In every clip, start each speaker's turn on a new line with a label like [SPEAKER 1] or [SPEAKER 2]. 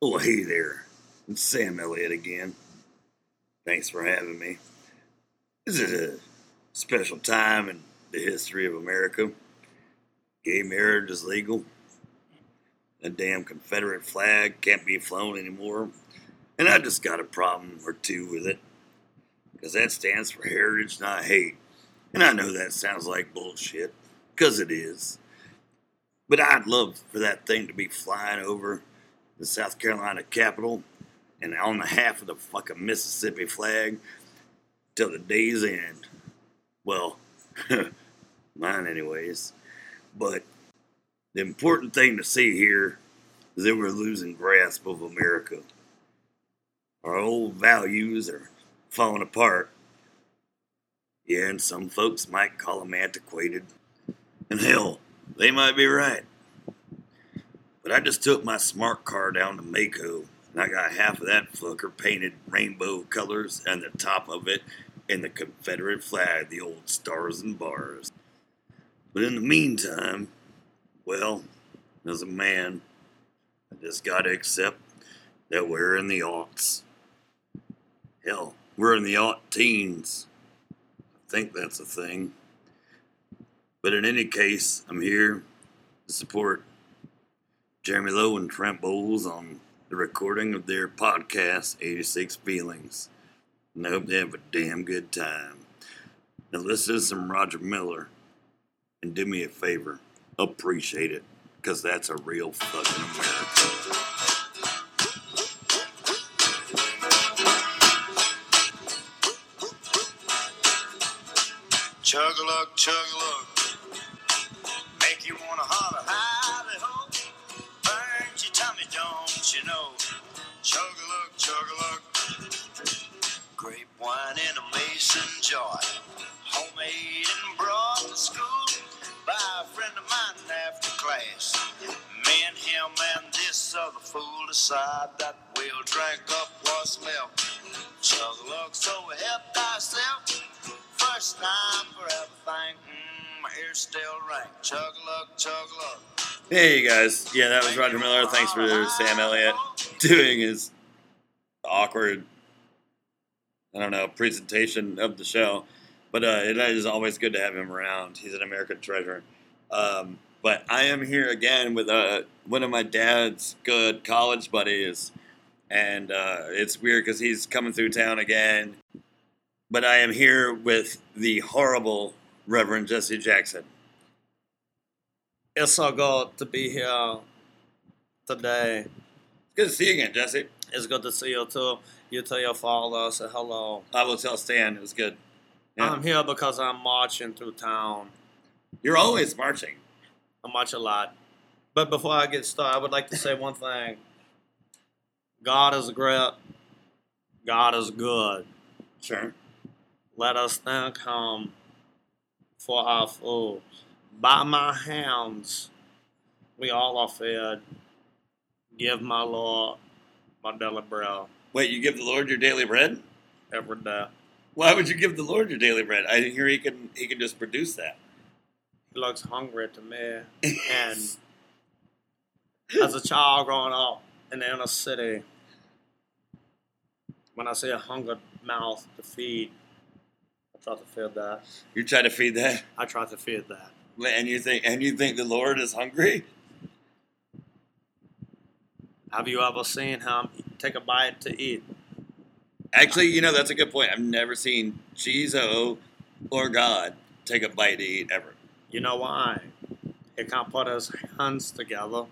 [SPEAKER 1] Well, Oh, hey there. It's Sam Elliott again. Thanks for having me. This is a special time in the history of America. Gay marriage is legal. The damn Confederate flag can't be flown anymore. And I just got a problem or two with it. Because that stands for heritage, not hate. And I know that sounds like bullshit, because it is. But I'd love for that thing to be flying over the South Carolina Capitol and on the half of the fucking Mississippi flag till the day's end. Well, mine, anyways. But the important thing to see here is that we're losing grasp of America. Our old values are falling apart. Yeah, and some folks might call them antiquated. And hell, they might be right. But I just took my smart car down to Mako, and I got half of that fucker painted rainbow colors, and the top of it in the Confederate flag, the old stars and bars. But in the meantime, well, as a man, I just gotta accept that we're in the aughts. Hell, we're in the aught teens. I think that's a thing. But in any case, I'm here to support Jeremy Lowe and Trent Bowles on the recording of their podcast, 86 Feelings. And I hope they have a damn good time. Now, listen to some Roger Miller and do me a favor appreciate it because that's a real fucking America.
[SPEAKER 2] Chug a lug, chug a lug. Make you wanna holler, howdy ho. Burns your tummy, don't you know? Chug a lug, chug a lug. Grape wine in a mason jar. Homemade and brought to school by a friend of mine after class. Me and him and this other fool decide that we'll drink up what's left. Chug a lug, so help thyself. First time for everything. Mm, my ears still ring. Chug a lug, chug a lug.
[SPEAKER 1] Hey you guys, yeah, that was Roger Miller. Thanks for Sam Elliott doing his awkward, I don't know, presentation of the show. But uh, it is always good to have him around. He's an American treasure. Um, but I am here again with uh, one of my dad's good college buddies, and uh, it's weird because he's coming through town again. But I am here with the horrible Reverend Jesse Jackson.
[SPEAKER 3] It's so good to be here today.
[SPEAKER 1] It's good to see you again, Jesse.
[SPEAKER 3] It's good to see you too. You tell your father, say hello.
[SPEAKER 1] I will tell Stan it was good. Yeah.
[SPEAKER 3] I'm here because I'm marching through town.
[SPEAKER 1] You're always marching.
[SPEAKER 3] I march a lot. But before I get started, I would like to say one thing. God is great. God is good.
[SPEAKER 1] Sure.
[SPEAKER 3] Let us thank Him for our food. By my hands, we all are fed. Give my Lord my daily bread
[SPEAKER 1] Wait, you give the Lord your daily bread?
[SPEAKER 3] every day.
[SPEAKER 1] Why would you give the Lord your daily bread? I didn't hear he can he can just produce that.
[SPEAKER 3] He looks hungry to me. And as a child growing up in the inner city, when I see a hungry mouth to feed, I try to feed that.
[SPEAKER 1] You try to feed that,
[SPEAKER 3] I try to feed that.
[SPEAKER 1] and you think and you think the Lord is hungry?
[SPEAKER 3] Have you ever seen him take a bite to eat?
[SPEAKER 1] Actually, you know that's a good point. I've never seen Jesus or God take a bite to eat ever.
[SPEAKER 3] You know why? He can't put his hands together.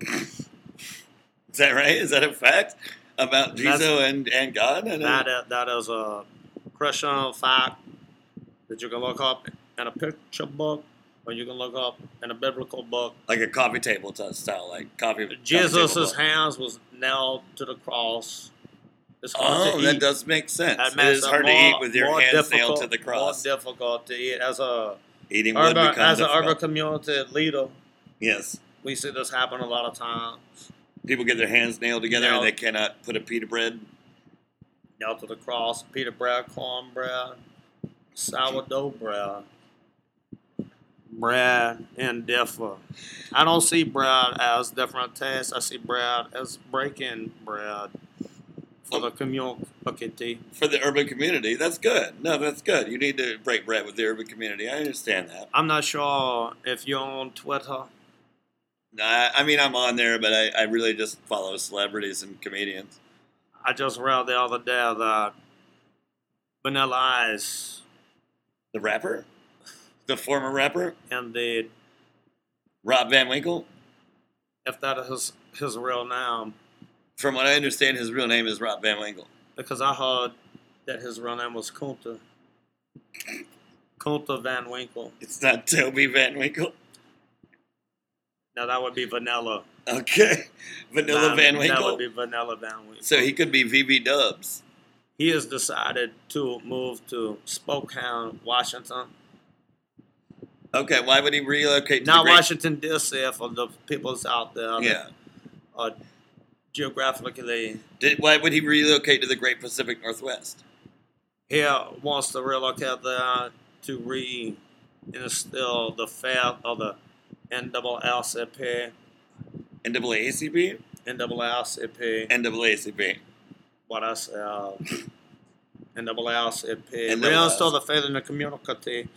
[SPEAKER 1] Is that right? Is that a fact about Jesus and and God? And uh,
[SPEAKER 3] That is, that is a Christian fact that you can look up in a picture book or you can look up in a biblical book.
[SPEAKER 1] like a coffee table t- style, like coffee. coffee table
[SPEAKER 3] Jesus'
[SPEAKER 1] book.
[SPEAKER 3] hands was nailed to the cross. It's hard
[SPEAKER 1] Oh,
[SPEAKER 3] to
[SPEAKER 1] that
[SPEAKER 3] eat.
[SPEAKER 1] does make sense.
[SPEAKER 3] That
[SPEAKER 1] it
[SPEAKER 3] makes
[SPEAKER 1] is hard to
[SPEAKER 3] more-
[SPEAKER 1] eat with your
[SPEAKER 3] more
[SPEAKER 1] hands nailed
[SPEAKER 3] difficult-
[SPEAKER 1] to the cross.
[SPEAKER 3] More difficult to eat. As a
[SPEAKER 1] Eating wood
[SPEAKER 3] urban,
[SPEAKER 1] becomes
[SPEAKER 3] as an urban
[SPEAKER 1] difficult.
[SPEAKER 3] community leader,
[SPEAKER 1] Yes,
[SPEAKER 3] we see this happen a lot of times.
[SPEAKER 1] people get their hands nailed together
[SPEAKER 3] Nailed.
[SPEAKER 1] and they cannot put a pita bread.
[SPEAKER 3] Nailed to the cross, pita bread, cornbread, sourdough bread. Brad and Deffer. I don't see Brad as different taste. I see Brad as breaking bread for the community.
[SPEAKER 1] for the urban community. That's good. No, that's good. You need to break bread with the urban community. I understand that.
[SPEAKER 3] I'm not sure if you're on Twitter.
[SPEAKER 1] No, I, I mean, I'm on there, but I, I really just follow celebrities and comedians.
[SPEAKER 3] I just read the other day that Vanilla Ice
[SPEAKER 1] The rapper, the former rapper,
[SPEAKER 3] and the
[SPEAKER 1] Rob Van Winkle.
[SPEAKER 3] if that is his, his real name,
[SPEAKER 1] From what I understand, his real name is Rob Van Winkle.
[SPEAKER 3] because I heard that his real name was Kunta. Kunta Van Winkle.
[SPEAKER 1] It's not Toby Van Winkle.
[SPEAKER 3] Now that would be Vanilla.
[SPEAKER 1] Okay, Vanilla
[SPEAKER 3] Van-
[SPEAKER 1] Van
[SPEAKER 3] That
[SPEAKER 1] Winkle.
[SPEAKER 3] would be Vanilla Van Winkle.
[SPEAKER 1] so he could be VB Dubs.
[SPEAKER 3] he has decided to move to Spokane, Washington.
[SPEAKER 1] Okay, why would he relocate? To the
[SPEAKER 3] Not
[SPEAKER 1] great-
[SPEAKER 3] Washington D.C. for the peoples out there. that
[SPEAKER 1] Yeah.
[SPEAKER 3] Are geographically
[SPEAKER 1] Did, why would he relocate to the Great Pacific Northwest?
[SPEAKER 3] here wants to relocate there to re instill the faith of the NAACP,
[SPEAKER 1] NAACP.
[SPEAKER 3] NAACP,
[SPEAKER 1] NAACP.
[SPEAKER 3] what uh, I said, NAACP,
[SPEAKER 1] NAACP.
[SPEAKER 3] reinstill the faith in the community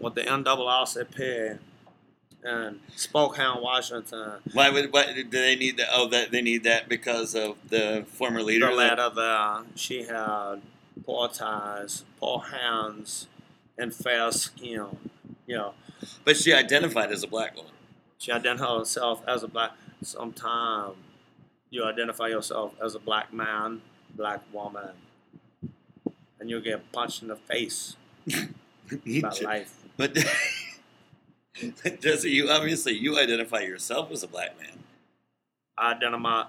[SPEAKER 3] with the NAACP in Spokane, Washington.
[SPEAKER 1] Why would why do they need that? Oh, that they need that because of the former leader.
[SPEAKER 3] the
[SPEAKER 1] that-
[SPEAKER 3] letter there, she had poor ties, poor hands, and fair skin. You know,
[SPEAKER 1] but she identified as a black woman.
[SPEAKER 3] she identified herself as a black. Sometime you identify yourself as a black man, black woman, and you get punched in the face by life.
[SPEAKER 1] but Jesse, you obviously you identify yourself as a black man.
[SPEAKER 3] I identify.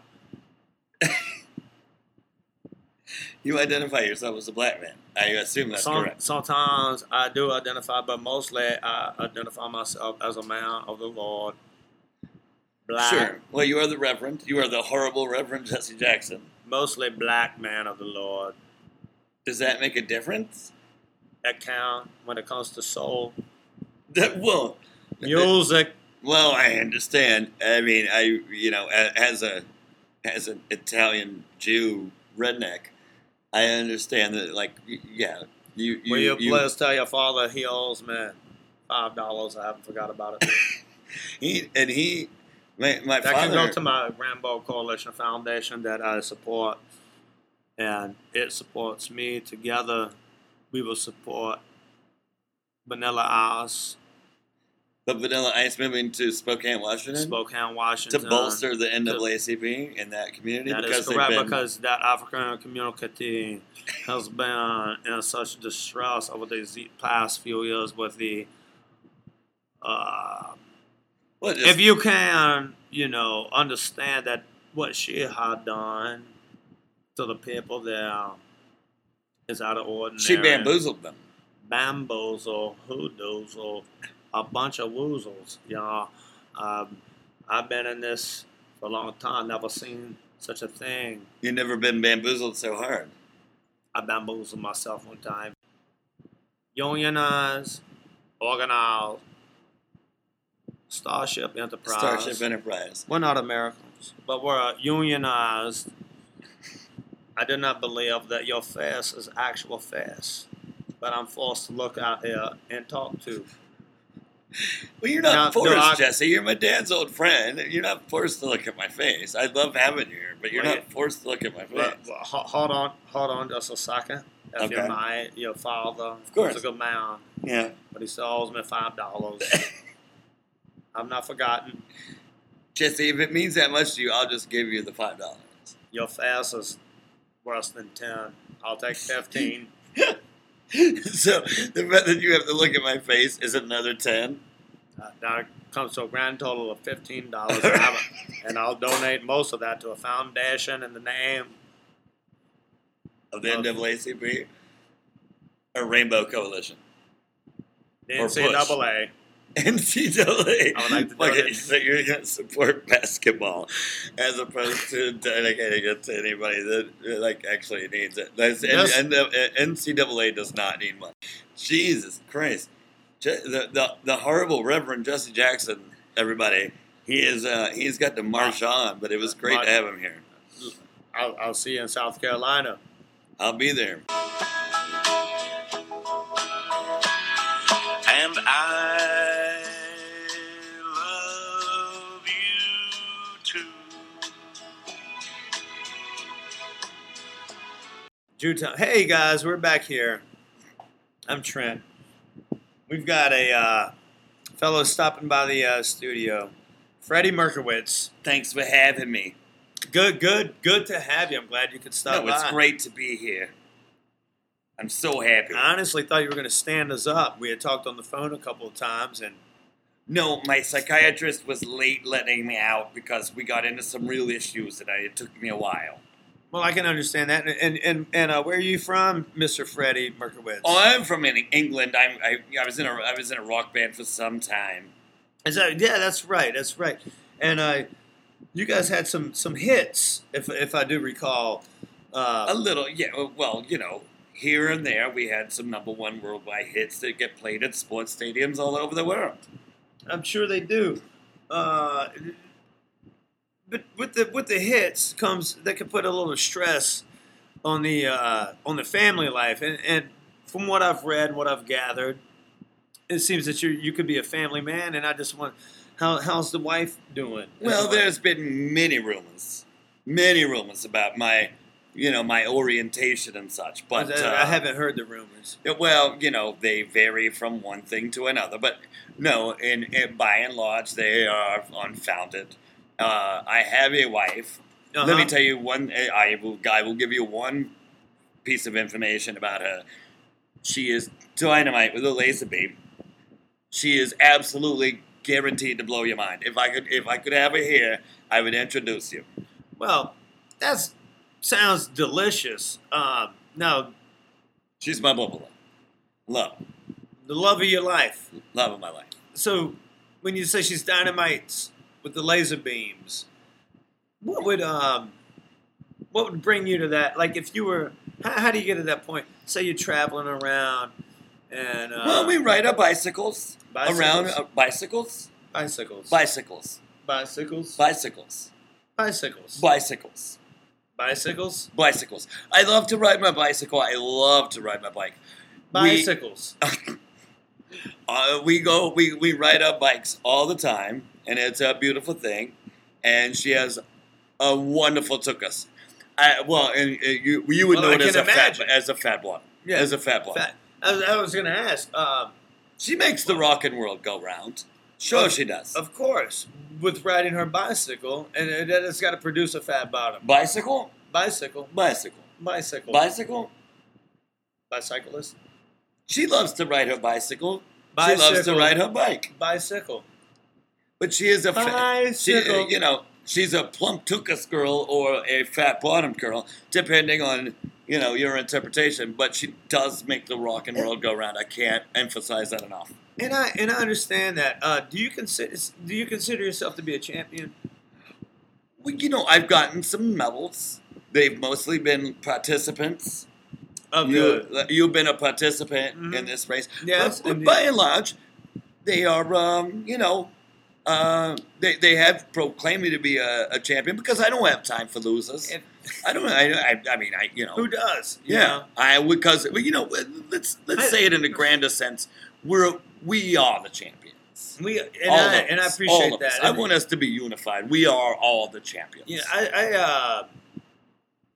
[SPEAKER 1] You identify yourself as a black man. I assume that's
[SPEAKER 3] Some,
[SPEAKER 1] correct.
[SPEAKER 3] sometimes I do identify, but mostly I identify myself as a man of the Lord. Black,
[SPEAKER 1] Sure. Well, you are the reverend. You are the horrible Reverend Jesse Jackson.
[SPEAKER 3] mostly black man of the Lord.
[SPEAKER 1] Does that make a difference?
[SPEAKER 3] that count when it comes to soul
[SPEAKER 1] That won't.
[SPEAKER 3] music.
[SPEAKER 1] Well, I understand. I mean, I you know, a- as a as an Italian Jew redneck, I understand that. Like, y- yeah, you you,
[SPEAKER 3] Will you
[SPEAKER 1] you-
[SPEAKER 3] please tell your father he owes me five dollars? I haven't forgot about it.
[SPEAKER 1] he and he, my, my
[SPEAKER 3] that can
[SPEAKER 1] father.
[SPEAKER 3] go to my Rambo Coalition Foundation that I support, and it supports me. Together, we will support Vanilla Ice,
[SPEAKER 1] the Vanilla Ice moving to Spokane, Washington,
[SPEAKER 3] Spokane,
[SPEAKER 1] to
[SPEAKER 3] Washington.
[SPEAKER 1] bolster the NAACP in that community
[SPEAKER 3] That
[SPEAKER 1] because
[SPEAKER 3] is
[SPEAKER 1] they've
[SPEAKER 3] correct
[SPEAKER 1] been
[SPEAKER 3] because that African community has been in such distress over the z- past few years with the uh,
[SPEAKER 1] well, just-
[SPEAKER 3] if you can, you know, understand that what she had done to the people there is out of ordinary.
[SPEAKER 1] she bamboozled them.
[SPEAKER 3] Bamboozle, hoodoozle, a bunch of woozles, y'all. Um, I've been in this for a long time, never seen such a thing.
[SPEAKER 1] You've never been bamboozled so hard.
[SPEAKER 3] I bamboozled myself one time. Unionize, organize, Starship Enterprise.
[SPEAKER 1] Starship Enterprise.
[SPEAKER 3] We're not Americans, but we're unionized. I do not believe that your face is actual face, but I'm forced to look out here and talk to.
[SPEAKER 1] Well, you're not
[SPEAKER 3] Now,
[SPEAKER 1] forced,
[SPEAKER 3] no, I-
[SPEAKER 1] Jesse. You're my dad's old friend. You're not forced to look at my face. I love having you here, but you're
[SPEAKER 3] Well,
[SPEAKER 1] not forced to look at my face.
[SPEAKER 3] But, but ho- hold on, hold on just a second. If
[SPEAKER 1] Okay.
[SPEAKER 3] you're my your father, of
[SPEAKER 1] course.
[SPEAKER 3] he's a good man,
[SPEAKER 1] yeah.
[SPEAKER 3] but he still owes me five dollars. I've not forgotten.
[SPEAKER 1] Jesse, if it means that much to you, I'll just give you the $5.
[SPEAKER 3] Your face is worse than ten. I'll take fifteen.
[SPEAKER 1] so the fact that you have to look at my face is another 10
[SPEAKER 3] Uh, that comes to a grand total of fifteen dollars, an hour, and I'll donate most of that to a foundation in the name
[SPEAKER 1] of the
[SPEAKER 3] Okay.
[SPEAKER 1] NAACP or Rainbow Coalition.
[SPEAKER 3] the
[SPEAKER 1] Or
[SPEAKER 3] NCAA.
[SPEAKER 1] NCAA.
[SPEAKER 3] I would like
[SPEAKER 1] okay,
[SPEAKER 3] to donate.
[SPEAKER 1] so you're going to support basketball as opposed to dedicating it to anybody that uh, like actually needs it. That's,
[SPEAKER 3] Yes.
[SPEAKER 1] and, and, uh, NCAA does not need money. Jesus Christ. Ju- the, the the horrible Reverend Jesse Jackson. Everybody, he is uh, he's got to march
[SPEAKER 3] Ah.
[SPEAKER 1] on, but it was great to have him here.
[SPEAKER 3] I'll, I'll see you in South Carolina.
[SPEAKER 1] I'll be there.
[SPEAKER 2] And I love you too.
[SPEAKER 3] Jewtown. Hey guys, we're back here. I'm Trent. We've got a uh, fellow stopping by the uh, studio, Freddie Merkowitz.
[SPEAKER 1] Thanks for having me.
[SPEAKER 3] Good, good, good to have you. I'm glad you could stop
[SPEAKER 1] No, it's
[SPEAKER 3] by.
[SPEAKER 1] great to be here. I'm so happy.
[SPEAKER 3] I honestly thought you were going to stand us up. We had talked on the phone a couple of times, and
[SPEAKER 1] No, my psychiatrist was late letting me out because we got into some real issues, and I, it took me a while.
[SPEAKER 3] well, I can understand that. And and and uh, where are you from, Mr. Freddie Merkowitz?
[SPEAKER 1] Oh, I'm from in England. I'm, I, I was in a I was in a rock band for some time.
[SPEAKER 3] Is that, yeah, that's right, that's right. And uh, you guys had some some hits, if if I do recall.
[SPEAKER 1] A
[SPEAKER 3] Uh,
[SPEAKER 1] little, yeah. Well, you know, here and there we had some number one worldwide hits that get played at sports stadiums all over the world.
[SPEAKER 3] I'm sure they do. Uh, but with the with the hits comes that can put a little stress on the uh, on the family life. And, and from what I've read, what I've gathered, it seems that you you could be a family man. And I just want how how's the wife doing?
[SPEAKER 1] Well,
[SPEAKER 3] Uh,
[SPEAKER 1] there's been many rumors, many rumors about my, you know, my orientation and such. But uh,
[SPEAKER 3] I haven't heard the rumors.
[SPEAKER 1] Yeah, Uh, Well, you know, they vary from one thing to another, but no, in, in by and large, they are unfounded. Uh, I have a wife. Let me
[SPEAKER 3] Uh-huh.
[SPEAKER 1] tell you one. eh, I will. I will give you one piece of information about her. She is dynamite with a laser beam. She is absolutely guaranteed to blow your mind. If I could, if I could have her here, I would introduce you.
[SPEAKER 3] Well, that's sounds delicious. Um, now,
[SPEAKER 1] She's my blah blah blah. Love,
[SPEAKER 3] the love of your life.
[SPEAKER 1] love of my life.
[SPEAKER 3] So, when you say she's dynamite with the laser beams, what would um, what would bring you to that? Like, if you were, how, how do you get to that point? Say you're traveling around and uh,
[SPEAKER 1] well, we ride our bicycles,
[SPEAKER 3] Bicycles?
[SPEAKER 1] around uh, bicycles,
[SPEAKER 3] bicycles,
[SPEAKER 1] bicycles,
[SPEAKER 3] bicycles,
[SPEAKER 1] bicycles,
[SPEAKER 3] bicycles,
[SPEAKER 1] bicycles,
[SPEAKER 3] bicycles,
[SPEAKER 1] bicycles. I love to ride my bicycle. I love to ride my bike.
[SPEAKER 3] bicycles.
[SPEAKER 1] Uh, we go, we, we ride our bikes all the time, and it's a beautiful thing. And she has a wonderful tuchus. I, well, and uh, you, you would
[SPEAKER 3] Well,
[SPEAKER 1] know
[SPEAKER 3] I
[SPEAKER 1] it as
[SPEAKER 3] can
[SPEAKER 1] a, fat,
[SPEAKER 3] imagine.
[SPEAKER 1] as a fat block.
[SPEAKER 3] Yeah.
[SPEAKER 1] As a fat block.
[SPEAKER 3] Fat- I was, I was going to ask. Um,
[SPEAKER 1] She makes the rockin' world go round. Sure, she does.
[SPEAKER 3] Of course, with riding her bicycle, and it, has got to produce a fat bottom.
[SPEAKER 1] bicycle?
[SPEAKER 3] Bicycle,
[SPEAKER 1] Bicycle.
[SPEAKER 3] bicycle,
[SPEAKER 1] Bicycle?
[SPEAKER 3] bicyclist,
[SPEAKER 1] She loves to ride her bicycle. She loves to
[SPEAKER 3] Bicycle.
[SPEAKER 1] ride her bike.
[SPEAKER 3] bicycle,
[SPEAKER 1] But she is a fat, she,
[SPEAKER 3] Bicycle.
[SPEAKER 1] you know, she's a plump tuchus girl or a fat bottom girl, depending on you know your interpretation. But she does make the rock and roll go round. I can't emphasize that enough.
[SPEAKER 3] and I and I understand that. Uh, do you consider do you consider yourself to be a champion?
[SPEAKER 1] Well, you know, I've gotten some medals. They've mostly been participants.
[SPEAKER 3] Of
[SPEAKER 1] You,
[SPEAKER 3] the-
[SPEAKER 1] you've been a participant
[SPEAKER 3] Mhm.
[SPEAKER 1] in this race.
[SPEAKER 3] Yes,
[SPEAKER 1] But- but
[SPEAKER 3] indeed.
[SPEAKER 1] by and large, they are, um, you know, uh, they, they have proclaimed me to be a, a champion because I don't have time for losers.
[SPEAKER 3] And
[SPEAKER 1] I don't. I, I, I mean, I you know.
[SPEAKER 3] who does? you
[SPEAKER 1] yeah,
[SPEAKER 3] know?
[SPEAKER 1] I because well, you know. Let's let's
[SPEAKER 3] I-
[SPEAKER 1] say it in a grander sense. We're we are the champions.
[SPEAKER 3] we and
[SPEAKER 1] all
[SPEAKER 3] I
[SPEAKER 1] of
[SPEAKER 3] and I
[SPEAKER 1] us,
[SPEAKER 3] appreciate
[SPEAKER 1] all of
[SPEAKER 3] that.
[SPEAKER 1] us. I
[SPEAKER 3] And-
[SPEAKER 1] want us to be unified. We are all the champions.
[SPEAKER 3] Yeah, I I, uh,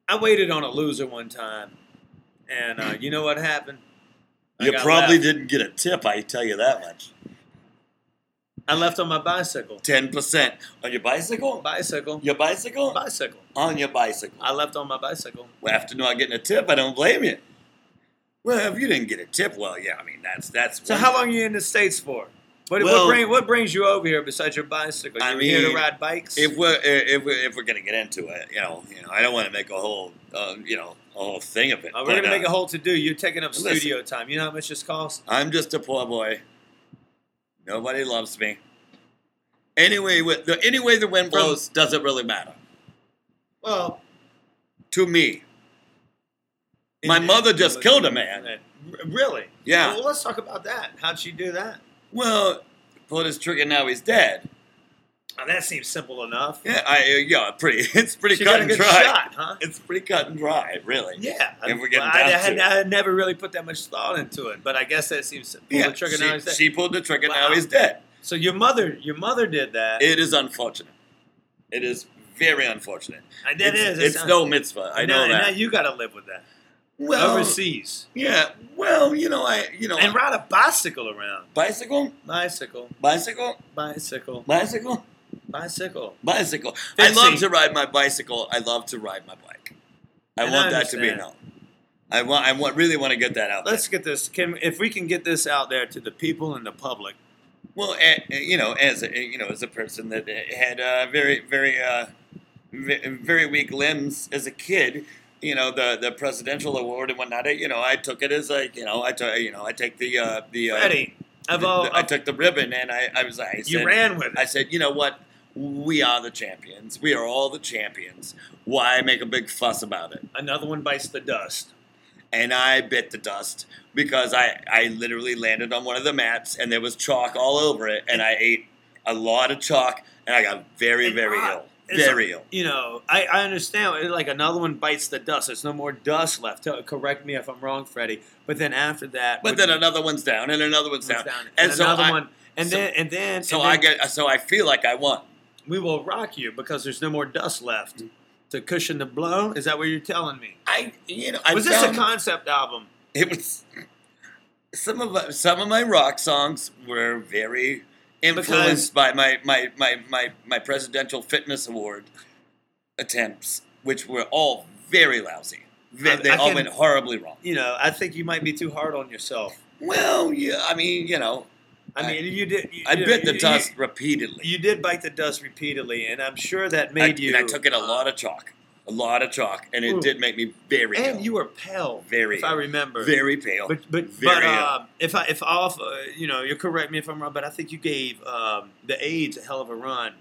[SPEAKER 3] I waited on a loser one time, and uh, you know what happened? I
[SPEAKER 1] you
[SPEAKER 3] got
[SPEAKER 1] probably
[SPEAKER 3] left.
[SPEAKER 1] didn't get a tip. I tell you that much.
[SPEAKER 3] I left on my bicycle.
[SPEAKER 1] Ten percent on your bicycle.
[SPEAKER 3] Bicycle.
[SPEAKER 1] Your bicycle
[SPEAKER 3] Bicycle.
[SPEAKER 1] on your bicycle.
[SPEAKER 3] I left on my bicycle.
[SPEAKER 1] Well, after not getting a tip, I don't blame you. Well, if you didn't get a tip, well, yeah, I mean that's that's.
[SPEAKER 3] So
[SPEAKER 1] one-
[SPEAKER 3] how long are you in the states for? What,
[SPEAKER 1] Well-
[SPEAKER 3] what, bring, what brings you over here besides your bicycle? You
[SPEAKER 1] I
[SPEAKER 3] here
[SPEAKER 1] mean,
[SPEAKER 3] to ride bikes?
[SPEAKER 1] if we're if we're, if we're gonna get into it, you know, you know, I don't want to make a whole uh, you know a whole thing of it.
[SPEAKER 3] Uh, we're
[SPEAKER 1] but,
[SPEAKER 3] gonna make
[SPEAKER 1] uh,
[SPEAKER 3] a whole to do. You're taking up
[SPEAKER 1] listen.
[SPEAKER 3] studio time. You know how much this costs?
[SPEAKER 1] I'm just a poor boy. Nobody loves me. Anyway, with the, any way the wind
[SPEAKER 3] From-
[SPEAKER 1] blows doesn't really matter
[SPEAKER 3] Well,
[SPEAKER 1] to me. My mother just killed a man.
[SPEAKER 3] R- really?
[SPEAKER 1] Yeah.
[SPEAKER 3] Well, let's talk about that. How'd she do that?
[SPEAKER 1] Well, pulled his trigger. Now he's dead.
[SPEAKER 3] Oh, that seems simple enough.
[SPEAKER 1] Yeah, I, uh, yeah, pretty. It's pretty
[SPEAKER 3] she
[SPEAKER 1] cut
[SPEAKER 3] got a
[SPEAKER 1] and
[SPEAKER 3] good
[SPEAKER 1] dry.
[SPEAKER 3] shot, huh?
[SPEAKER 1] It's pretty cut and dry, really.
[SPEAKER 3] Yeah,
[SPEAKER 1] If we're
[SPEAKER 3] I-
[SPEAKER 1] getting
[SPEAKER 3] I,
[SPEAKER 1] down
[SPEAKER 3] I,
[SPEAKER 1] to
[SPEAKER 3] had,
[SPEAKER 1] it.
[SPEAKER 3] I had never really put that much thought into it, but I guess that seems pull
[SPEAKER 1] Yeah,
[SPEAKER 3] the trigger
[SPEAKER 1] she,
[SPEAKER 3] now. Is that-
[SPEAKER 1] she pulled the trigger. Now
[SPEAKER 3] Wow.
[SPEAKER 1] he's dead.
[SPEAKER 3] so your mother, your mother did that.
[SPEAKER 1] It is unfortunate. It is very unfortunate.
[SPEAKER 3] I- that
[SPEAKER 1] it's,
[SPEAKER 3] is, it
[SPEAKER 1] It's
[SPEAKER 3] sounds-
[SPEAKER 1] no mitzvah. I
[SPEAKER 3] and
[SPEAKER 1] know
[SPEAKER 3] now, and
[SPEAKER 1] that.
[SPEAKER 3] now you got to live with that
[SPEAKER 1] well,
[SPEAKER 3] overseas
[SPEAKER 1] yeah. Well, you know, I, you know,
[SPEAKER 3] and ride a bicycle around.
[SPEAKER 1] bicycle,
[SPEAKER 3] Bicycle,
[SPEAKER 1] bicycle,
[SPEAKER 3] bicycle,
[SPEAKER 1] bicycle,
[SPEAKER 3] bicycle.
[SPEAKER 1] bicycle.
[SPEAKER 3] Fixing.
[SPEAKER 1] I love to ride my bicycle. I love to ride my bike. I
[SPEAKER 3] And
[SPEAKER 1] want
[SPEAKER 3] I
[SPEAKER 1] that to be known.
[SPEAKER 3] understand.
[SPEAKER 1] I want. I want. Really want to get that out. there.
[SPEAKER 3] Let's get this. Can if we can get this out there to the people and the public.
[SPEAKER 1] Well, a- a- you know, as a, you know, as a person that had uh, very, very, uh, ve- very weak limbs as a kid, you know, the the presidential award and whatnot. You know, I took it as like, you know, I took, you know, I take the uh, the, uh,
[SPEAKER 3] Freddie,
[SPEAKER 1] the-
[SPEAKER 3] of all,
[SPEAKER 1] the- I
[SPEAKER 3] of-
[SPEAKER 1] took the ribbon and I, I was I said,
[SPEAKER 3] you ran with it.
[SPEAKER 1] I said, you know what, we are the champions. We are all the champions. Why make a big fuss about it?
[SPEAKER 3] Another one bites the dust.
[SPEAKER 1] and I bit the dust because I, I literally landed on one of the mats and there was chalk all over it and I ate a lot of chalk and I got very
[SPEAKER 3] And
[SPEAKER 1] very
[SPEAKER 3] I-
[SPEAKER 1] ill
[SPEAKER 3] it's-
[SPEAKER 1] very ill
[SPEAKER 3] you know, I, I understand. it- Like another one bites the dust. There's no more dust left. Tell- Correct me if I'm wrong, Freddie. But then after that,
[SPEAKER 1] but
[SPEAKER 3] what
[SPEAKER 1] then
[SPEAKER 3] you-
[SPEAKER 1] another one's down and another one's down,
[SPEAKER 3] comes down, and,
[SPEAKER 1] and so
[SPEAKER 3] another
[SPEAKER 1] I-
[SPEAKER 3] one, and
[SPEAKER 1] so-
[SPEAKER 3] then and then
[SPEAKER 1] so
[SPEAKER 3] and then
[SPEAKER 1] I get so I feel like I won
[SPEAKER 3] we will rock you because there's no more dust left to cushion the blow. Is that what you're telling me?
[SPEAKER 1] I you know I
[SPEAKER 3] Was this a
[SPEAKER 1] found-
[SPEAKER 3] concept album?
[SPEAKER 1] it was some of some of my rock songs were very influenced by my my, my, my my presidential fitness award attempts, which were all very lousy. They,
[SPEAKER 3] I-
[SPEAKER 1] they
[SPEAKER 3] I
[SPEAKER 1] all
[SPEAKER 3] can-
[SPEAKER 1] went horribly wrong.
[SPEAKER 3] You know, I think you might be too hard on yourself.
[SPEAKER 1] Well, yeah, I mean, you know,
[SPEAKER 3] I,
[SPEAKER 1] I-
[SPEAKER 3] mean, you did. You,
[SPEAKER 1] I
[SPEAKER 3] you-
[SPEAKER 1] bit the
[SPEAKER 3] you-
[SPEAKER 1] dust repeatedly.
[SPEAKER 3] You, you did bite the dust repeatedly, and I'm sure that
[SPEAKER 1] I,
[SPEAKER 3] made you. uh,
[SPEAKER 1] and I took it a lot of chalk, a lot of chalk, and it
[SPEAKER 3] Ooh.
[SPEAKER 1] did make me very
[SPEAKER 3] and
[SPEAKER 1] ill,
[SPEAKER 3] you were pale,
[SPEAKER 1] Very
[SPEAKER 3] if I
[SPEAKER 1] ill.
[SPEAKER 3] remember.
[SPEAKER 1] very pale.
[SPEAKER 3] But but
[SPEAKER 1] Very
[SPEAKER 3] but
[SPEAKER 1] ill.
[SPEAKER 3] um, if I if off, uh, you know, you correct me if I'm wrong, but I think you gave um, the AIDS a hell of a run.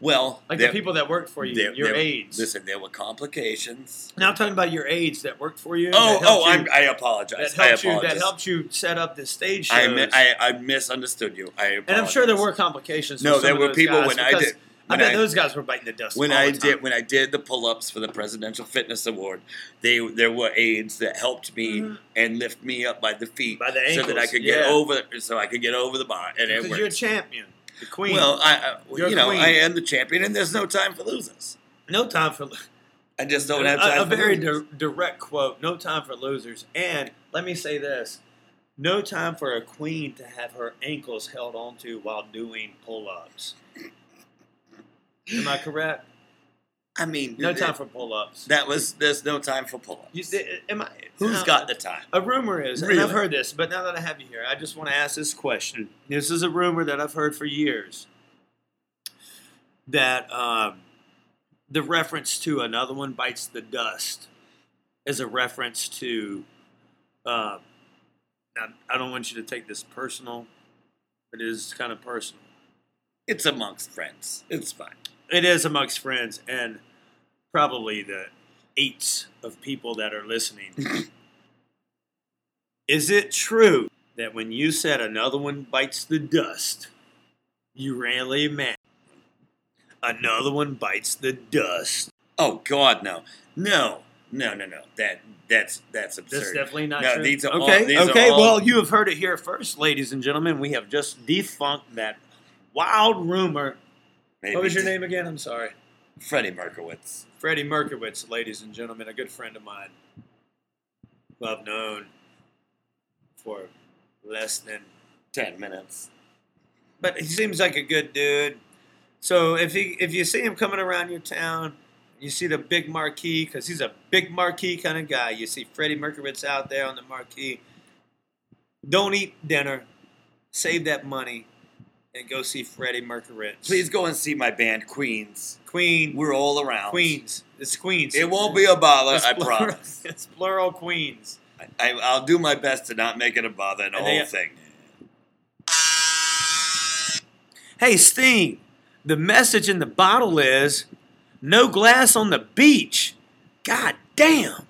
[SPEAKER 1] well,
[SPEAKER 3] Like
[SPEAKER 1] there-
[SPEAKER 3] the people that worked for you,
[SPEAKER 1] there-
[SPEAKER 3] your
[SPEAKER 1] there-
[SPEAKER 3] AIDS.
[SPEAKER 1] Listen, there were complications.
[SPEAKER 3] Now I'm talking about your AIDS that worked for you.
[SPEAKER 1] Oh,
[SPEAKER 3] that helped
[SPEAKER 1] oh,
[SPEAKER 3] you,
[SPEAKER 1] I'm, I
[SPEAKER 3] that
[SPEAKER 1] apologize. I
[SPEAKER 3] helped you.
[SPEAKER 1] apologize.
[SPEAKER 3] That helped you set up the stage shows.
[SPEAKER 1] I, mi- I, I misunderstood you. I apologize.
[SPEAKER 3] and I'm sure there were complications. for
[SPEAKER 1] No,
[SPEAKER 3] some
[SPEAKER 1] there
[SPEAKER 3] of
[SPEAKER 1] were
[SPEAKER 3] those
[SPEAKER 1] people
[SPEAKER 3] guys
[SPEAKER 1] when I
[SPEAKER 3] because
[SPEAKER 1] did- when
[SPEAKER 3] I bet
[SPEAKER 1] I-
[SPEAKER 3] those guys were biting the dust.
[SPEAKER 1] when
[SPEAKER 3] all
[SPEAKER 1] I
[SPEAKER 3] the time.
[SPEAKER 1] did when I did the pull-ups for the Presidential Fitness Award. They there were aides that helped me
[SPEAKER 3] Mhm.
[SPEAKER 1] and lift me up by the feet
[SPEAKER 3] By the
[SPEAKER 1] so that I
[SPEAKER 3] ankles,
[SPEAKER 1] could get
[SPEAKER 3] yeah.
[SPEAKER 1] over so I could get over the bar and it
[SPEAKER 3] because you're a
[SPEAKER 1] worked.
[SPEAKER 3] champion, the queen.
[SPEAKER 1] Well, I, I
[SPEAKER 3] You're
[SPEAKER 1] you know
[SPEAKER 3] queen.
[SPEAKER 1] I am the champion and there's no time for losers.
[SPEAKER 3] no time for.
[SPEAKER 1] I just don't
[SPEAKER 3] a,
[SPEAKER 1] have time.
[SPEAKER 3] a
[SPEAKER 1] for
[SPEAKER 3] very
[SPEAKER 1] losers.
[SPEAKER 3] di- direct quote no time for losers and let me say this no time for a queen to have her ankles held onto while doing pull-ups am i correct
[SPEAKER 1] I mean,
[SPEAKER 3] no
[SPEAKER 1] th-
[SPEAKER 3] time for pull-ups
[SPEAKER 1] that was there's no time for pull-ups.
[SPEAKER 3] you, th- am I,
[SPEAKER 1] Who's
[SPEAKER 3] now,
[SPEAKER 1] got the time?
[SPEAKER 3] a rumor is and i've
[SPEAKER 1] Really?
[SPEAKER 3] heard this but now that i have you here i just want to ask this question this is a rumor that i've heard for years that um, the reference to another one bites the dust is a reference to. Uh, I, I don't want you to take this personal. It is kind of personal.
[SPEAKER 1] It's amongst friends. It's fine.
[SPEAKER 3] It is amongst friends and probably the eights of people that are listening. is it true that when you said another one bites the dust, you really meant another one bites the dust?
[SPEAKER 1] Oh God, no, no, no, no, no. That that's that's absurd.
[SPEAKER 3] That's definitely not
[SPEAKER 1] No,
[SPEAKER 3] true.
[SPEAKER 1] these are all-
[SPEAKER 3] okay,
[SPEAKER 1] these are
[SPEAKER 3] okay.
[SPEAKER 1] all-
[SPEAKER 3] well, you have heard it here first, ladies and gentlemen. We have just defunked that wild rumor.
[SPEAKER 1] Maybe
[SPEAKER 3] what was your
[SPEAKER 1] just
[SPEAKER 3] name again? I'm sorry,
[SPEAKER 1] Freddie Merkowitz.
[SPEAKER 3] Freddie Merkowitz, ladies and gentlemen, a good friend of mine, who I've known for less than
[SPEAKER 1] Ten minutes.
[SPEAKER 3] but he seems like a good dude. So if he if you see him coming around your town, you see the big marquee because he's a big marquee kind of guy. You see Freddie Merkowitz out there on the marquee. Don't eat dinner, save that money, and go see Freddie Merkowitz.
[SPEAKER 1] Please go and see my band Queens.
[SPEAKER 3] Queen,
[SPEAKER 1] We're all around.
[SPEAKER 3] Queens, it's Queens.
[SPEAKER 1] It won't be a bother.
[SPEAKER 3] It's
[SPEAKER 1] I
[SPEAKER 3] plural-
[SPEAKER 1] promise.
[SPEAKER 3] It's plural Queens.
[SPEAKER 1] I, I'll do my best to not make it a bother in the
[SPEAKER 3] And
[SPEAKER 1] whole
[SPEAKER 3] they-
[SPEAKER 1] thing.
[SPEAKER 3] Hey, Sting, the message in the bottle is no glass on the beach. God damn.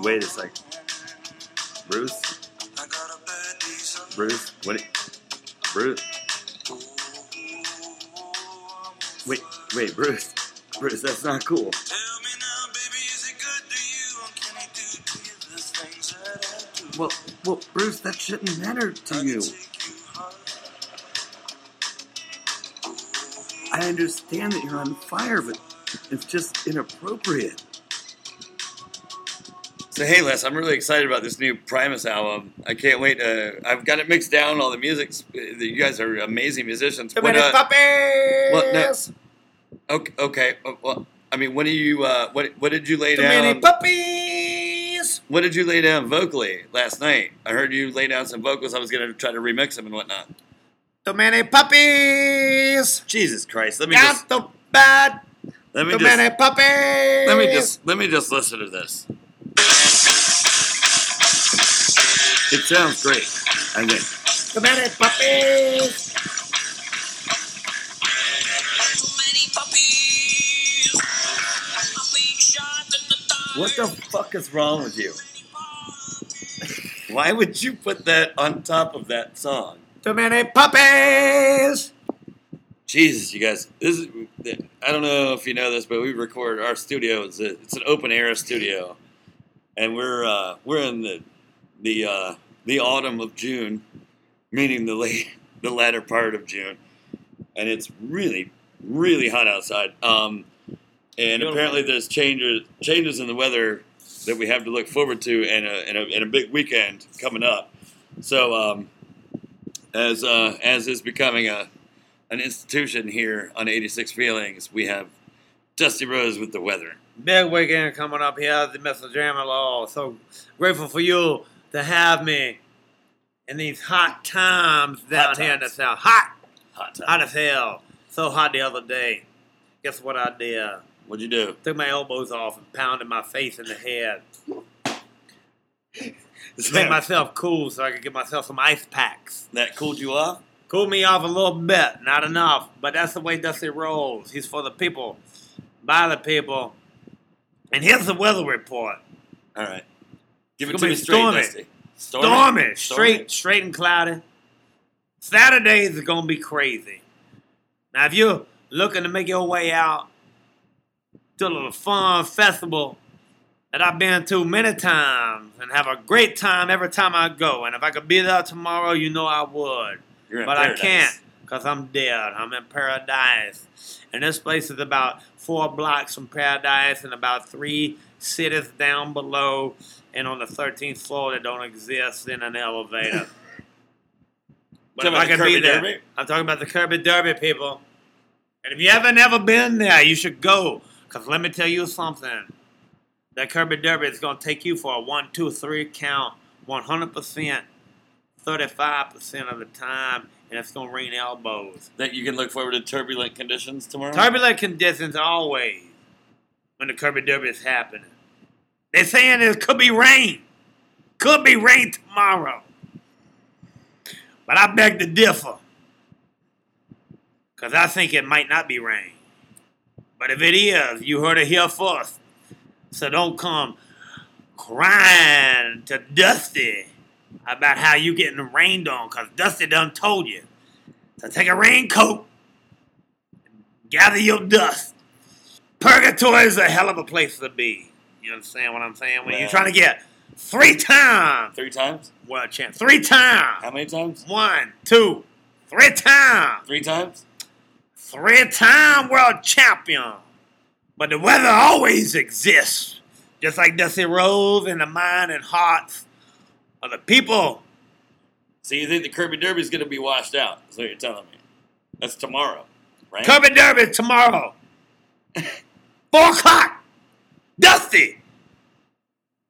[SPEAKER 1] Wait a second. Bruce? Bruce? What? Bruce?
[SPEAKER 2] Oh,
[SPEAKER 1] Wait, wait, Bruce. Bruce, that's not cool.
[SPEAKER 2] Tell me now, baby, is it good to you? Or can I do to you the things that I do?
[SPEAKER 1] Well, well, Bruce, that shouldn't matter to you. I understand that you're on fire, but it's just inappropriate. So hey, Les, I'm really excited about this new Primus album. I can't wait. To, I've got it mixed down. All the music. uh, You guys are amazing musicians. When, uh, well, no.
[SPEAKER 3] puppies!
[SPEAKER 1] Okay. okay uh, well, I mean, what do you? Uh, what What did you lay
[SPEAKER 3] Too
[SPEAKER 1] down?
[SPEAKER 3] many puppies!
[SPEAKER 1] what did you lay down vocally last night? I heard you lay down some vocals. I was gonna try to remix them and whatnot.
[SPEAKER 3] Too many puppies!
[SPEAKER 1] Jesus Christ! Let me
[SPEAKER 3] Got
[SPEAKER 1] just.
[SPEAKER 3] the bad!
[SPEAKER 1] Let me
[SPEAKER 3] Too
[SPEAKER 1] just.
[SPEAKER 3] many puppies!
[SPEAKER 1] Let me just. Let me just listen to this. It sounds great. I think.
[SPEAKER 3] Too many puppies!
[SPEAKER 2] Too many puppies. I'm being shot in the thigh.
[SPEAKER 1] What the fuck is wrong with you? Why would you put that on top of that song?
[SPEAKER 3] Too many puppies!
[SPEAKER 1] Jesus, you guys, this is, I don't know if you know this, but we record our studio. It's, a, it's an open air studio, and we're uh, we're in the the uh, the autumn of June, meaning the late the latter part of June, and it's really really hot outside. Um, and
[SPEAKER 3] Beautiful.
[SPEAKER 1] apparently, there's changes changes in the weather that we have to look forward to, and a and a, and a big weekend coming up. So um, as uh, as is becoming a an institution here on 86 Feelings, we have Dusty Rose with the weather.
[SPEAKER 3] Big weekend coming up here at the Mr. Jammer Law. So grateful for you to have me in these hot times down here in the
[SPEAKER 1] times.
[SPEAKER 3] South. Hot!
[SPEAKER 1] Hot time.
[SPEAKER 3] Hot as hell. So hot the other day. Guess what I did?
[SPEAKER 1] What'd you do?
[SPEAKER 3] Took my elbows off and pounded my face in the head.
[SPEAKER 1] Is
[SPEAKER 3] Made
[SPEAKER 1] that,
[SPEAKER 3] myself cool so I could get myself some ice packs.
[SPEAKER 1] that cooled you off?
[SPEAKER 3] Cool me off a little bit, not enough, but that's the way Dusty rolls. He's for the people, by the people. And here's the weather report.
[SPEAKER 1] All right. Give it
[SPEAKER 3] It's
[SPEAKER 1] to
[SPEAKER 3] gonna
[SPEAKER 1] me
[SPEAKER 3] be
[SPEAKER 1] straight,
[SPEAKER 3] stormy.
[SPEAKER 1] Dusty. Stormy.
[SPEAKER 3] Stormy, straight, straight and cloudy. Saturdays are gonna be crazy. Now, if you're looking to make your way out to a little fun festival that I've been to many times and have a great time every time I go, and if I could be there tomorrow, you know I would.
[SPEAKER 1] You're in
[SPEAKER 3] but
[SPEAKER 1] paradise.
[SPEAKER 3] I can't because I'm dead. I'm in paradise. And this place is about four blocks from paradise and about three cities down below and on the 13th floor that don't exist in an elevator. but if
[SPEAKER 1] Talking
[SPEAKER 3] I
[SPEAKER 1] about
[SPEAKER 3] could
[SPEAKER 1] the
[SPEAKER 3] be
[SPEAKER 1] Kirby
[SPEAKER 3] there,
[SPEAKER 1] Derby?
[SPEAKER 3] I'm talking about the Kirby Derby people. And if you haven't ever been there, you should go. Because let me tell you something. That Kirby Derby is going to take you for a one, two, three count, 100%, 35% of the time, and it's going to rain elbows.
[SPEAKER 1] That you can look forward to turbulent conditions tomorrow?
[SPEAKER 3] Turbulent conditions always when the Kirby Derby is happening. They're saying it could be rain. Could be rain tomorrow. But I beg to differ. Because I think it might not be rain. But if it is, you heard it here first. So don't come crying to Dusty about how you getting rained on because Dusty done told you. So take a raincoat gather your dust. Purgatory is a hell of a place to be. You understand what I'm saying? When you're
[SPEAKER 1] Well-
[SPEAKER 3] trying to get three times
[SPEAKER 1] Three times?
[SPEAKER 3] world champ, three
[SPEAKER 1] How
[SPEAKER 3] times,
[SPEAKER 1] many times?
[SPEAKER 3] one, two, three times,
[SPEAKER 1] Three times?
[SPEAKER 3] three time world champion. But the weather always exists, just like Dusty Rose in the mind and hearts of the people.
[SPEAKER 1] So you think the Kirby Derby is going to be washed out? That's what you're telling me. That's tomorrow, right?
[SPEAKER 3] Kirby Derby tomorrow. Four o'clock. Dusty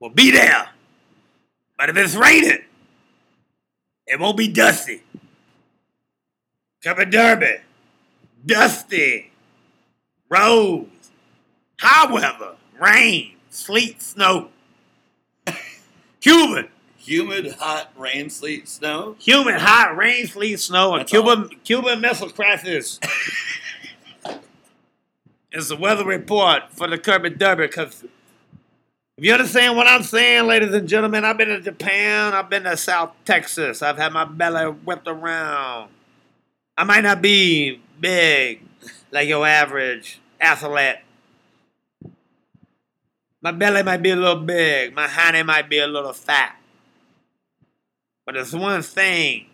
[SPEAKER 3] will be there. But if it's raining, it won't be dusty. Kirby Derby. Dusty. Roads. High weather. Rain. Sleet. Snow. Cuban.
[SPEAKER 1] Humid, hot, rain, sleet, snow?
[SPEAKER 3] Human hot rain, sleet, snow, and
[SPEAKER 1] That's
[SPEAKER 3] Cuban Cuban Missile Crisis. it's the weather report for the Kirby Derby because If you understand what I'm saying, ladies and gentlemen, I've been to Japan, I've been to South Texas, I've had my belly whipped around. I might not be big like your average athlete. My belly might be a little big, my honey might be a little fat. But there's one thing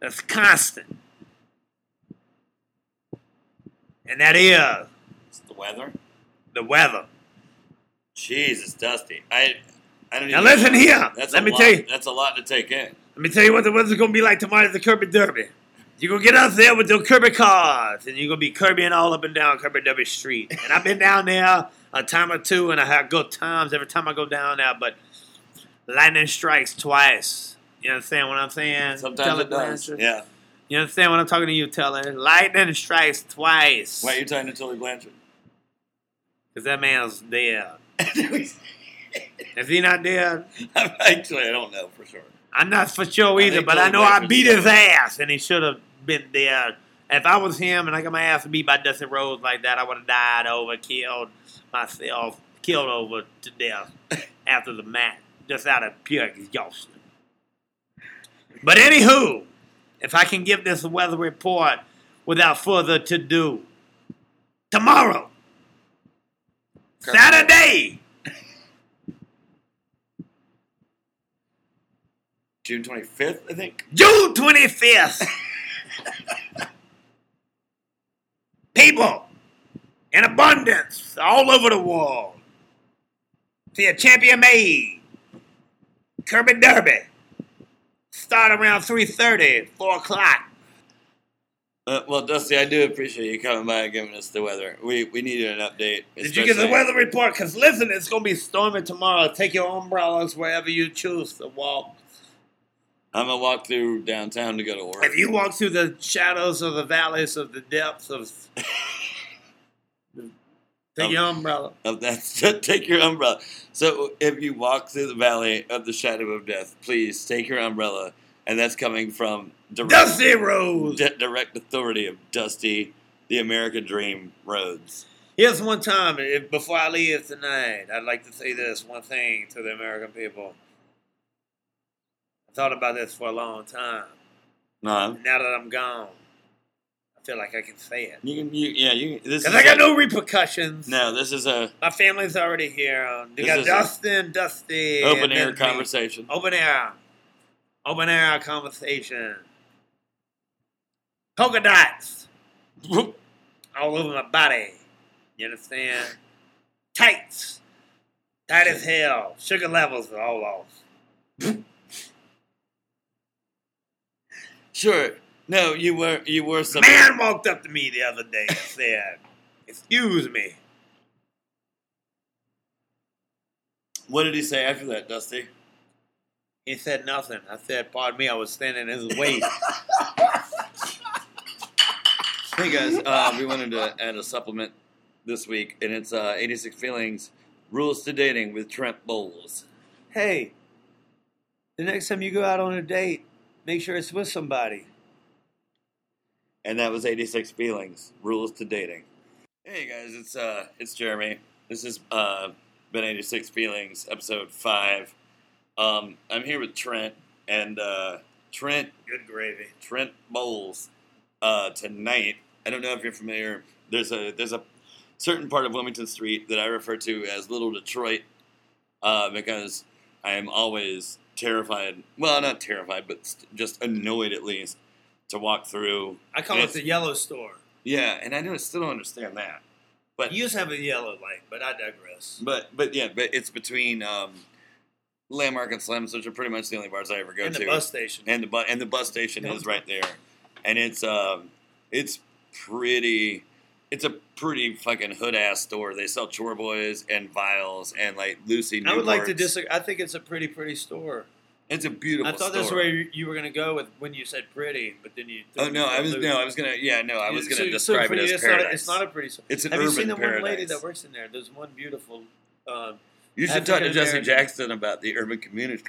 [SPEAKER 3] that's constant, and that is
[SPEAKER 1] It's the weather.
[SPEAKER 3] the weather.
[SPEAKER 1] Jesus, Dusty. I I don't
[SPEAKER 3] Now
[SPEAKER 1] even-
[SPEAKER 3] listen here.
[SPEAKER 1] That's
[SPEAKER 3] Let
[SPEAKER 1] a
[SPEAKER 3] me
[SPEAKER 1] lot-
[SPEAKER 3] tell you.
[SPEAKER 1] That's a lot to take in.
[SPEAKER 3] Let me tell you what the weather's gonna be like tomorrow at the Kirby Derby. You're gonna get out there with your Kirby cars, and you're gonna be Kirbying all up and down Kirby Derby Street. And I've been down there a time or two, and I have good times every time I go down there. But lightning strikes twice. You understand what I'm saying?
[SPEAKER 1] Sometimes it does.
[SPEAKER 3] Teller Blanchard?
[SPEAKER 1] Yeah.
[SPEAKER 3] You understand what I'm talking to you, Teller? Lightning strikes twice.
[SPEAKER 1] Why are you talking to Tilly Blanchard?
[SPEAKER 3] Cause that man's dead. Is he not dead?
[SPEAKER 1] Actually, I don't know for sure.
[SPEAKER 3] I'm not for sure
[SPEAKER 1] I
[SPEAKER 3] either,
[SPEAKER 1] think
[SPEAKER 3] but I
[SPEAKER 1] Cody
[SPEAKER 3] know I
[SPEAKER 1] Blanchard's
[SPEAKER 3] beat
[SPEAKER 1] dead.
[SPEAKER 3] his ass, and he should have been dead. If I was him and I got my ass beat by Dusty Rhodes like that, I would have died over, killed myself, killed over to death after the match, just out of pure exhaustion. But anywho, if I can give this weather report without further to do, tomorrow, Saturday,
[SPEAKER 1] June 25th, I think.
[SPEAKER 3] June 25th. People in abundance all over the world. See a champion made. Kirby Derby. Start around 3.30, 4 o'clock.
[SPEAKER 1] Uh, well, Dusty, I do appreciate you coming by and giving us the weather. We we needed an update.
[SPEAKER 3] Did you get the
[SPEAKER 1] especially-
[SPEAKER 3] weather report? Because listen, it's going to be stormy tomorrow. Take your umbrellas wherever you choose to walk.
[SPEAKER 1] I'm gonna walk through downtown to go to work.
[SPEAKER 3] If you walk through the shadows of the valleys of the depths of... Take your umbrella.
[SPEAKER 1] of that, so Oh, take your umbrella. So if you walk through the valley of the shadow of death, please take your umbrella. And that's coming from direct,
[SPEAKER 3] Dusty Rhodes.
[SPEAKER 1] di- direct authority of Dusty, the American Dream Roads.
[SPEAKER 3] Here's one time if, before I leave tonight. I'd like to say this one thing to the American people. I thought about this for a long time.
[SPEAKER 1] No,
[SPEAKER 3] Now that I'm gone, I feel like I can say it.
[SPEAKER 1] you can. You, yeah, you. This is
[SPEAKER 3] Because I got
[SPEAKER 1] a-
[SPEAKER 3] no repercussions.
[SPEAKER 1] No, this is a
[SPEAKER 3] My family's already here. Um, They
[SPEAKER 1] This
[SPEAKER 3] got
[SPEAKER 1] is a-
[SPEAKER 3] Dustin, Dusty. and
[SPEAKER 1] open air
[SPEAKER 3] then me.
[SPEAKER 1] conversation.
[SPEAKER 3] Open air. Open air conversation. Polka dots.
[SPEAKER 1] Whoop.
[SPEAKER 3] all over my body. You understand? Tights. Tight as hell. Sugar levels are all off.
[SPEAKER 1] Sure. No, you were you were
[SPEAKER 3] A
[SPEAKER 1] some
[SPEAKER 3] man walked up to me the other day and said, Excuse me.
[SPEAKER 1] What did he say after that, Dusty?
[SPEAKER 3] He said nothing. I said, Pardon me, I was standing in his way.
[SPEAKER 1] Hey guys, uh, we wanted to add a supplement this week, and it's uh, 86 Feelings Rules to Dating with Trent Bowles.
[SPEAKER 3] hey, the next time you go out on a date, make sure it's with somebody.
[SPEAKER 1] And that was 86 Feelings Rules to Dating. Hey guys, it's uh, it's Jeremy. This has uh, been 86 Feelings, episode five. Um, I'm here with Trent, and uh, Trent
[SPEAKER 3] Good gravy.
[SPEAKER 1] Trent Bowles uh, tonight. I don't know if you're familiar. There's a there's a certain part of Wilmington Street that I refer to as Little Detroit uh, because I am always terrified. Well, not terrified, but st- just annoyed at least to walk through.
[SPEAKER 3] I call it the yellow store.
[SPEAKER 1] Yeah, and I don't still don't understand that. But
[SPEAKER 3] You used to have a yellow light, but I digress.
[SPEAKER 1] but but yeah, but it's between um, Landmark and Slims, which are pretty much the only bars I ever go
[SPEAKER 3] And
[SPEAKER 1] to.
[SPEAKER 3] the bus station.
[SPEAKER 1] and the bu- and the bus station is right there, and it's um it's pretty it's a pretty fucking hood ass store. They sell chore boys and vials and like Lucy.
[SPEAKER 3] I would like to
[SPEAKER 1] Newhart's.
[SPEAKER 3] disagree. I think it's a pretty, pretty store.
[SPEAKER 1] It's a beautiful.
[SPEAKER 3] I thought
[SPEAKER 1] store.
[SPEAKER 3] that's where you, you were gonna go with when you said pretty, but then you.
[SPEAKER 1] Oh no, I was no, I was gonna yeah no, I was gonna describe it as
[SPEAKER 3] it's
[SPEAKER 1] paradise.
[SPEAKER 3] Not a, it's not a pretty. Store.
[SPEAKER 1] It's an
[SPEAKER 3] Have you
[SPEAKER 1] urban
[SPEAKER 3] seen the
[SPEAKER 1] paradise.
[SPEAKER 3] one lady that works in there? There's one beautiful. Um,
[SPEAKER 1] you should talk to Jesse
[SPEAKER 3] African-American-
[SPEAKER 1] Jackson about the urban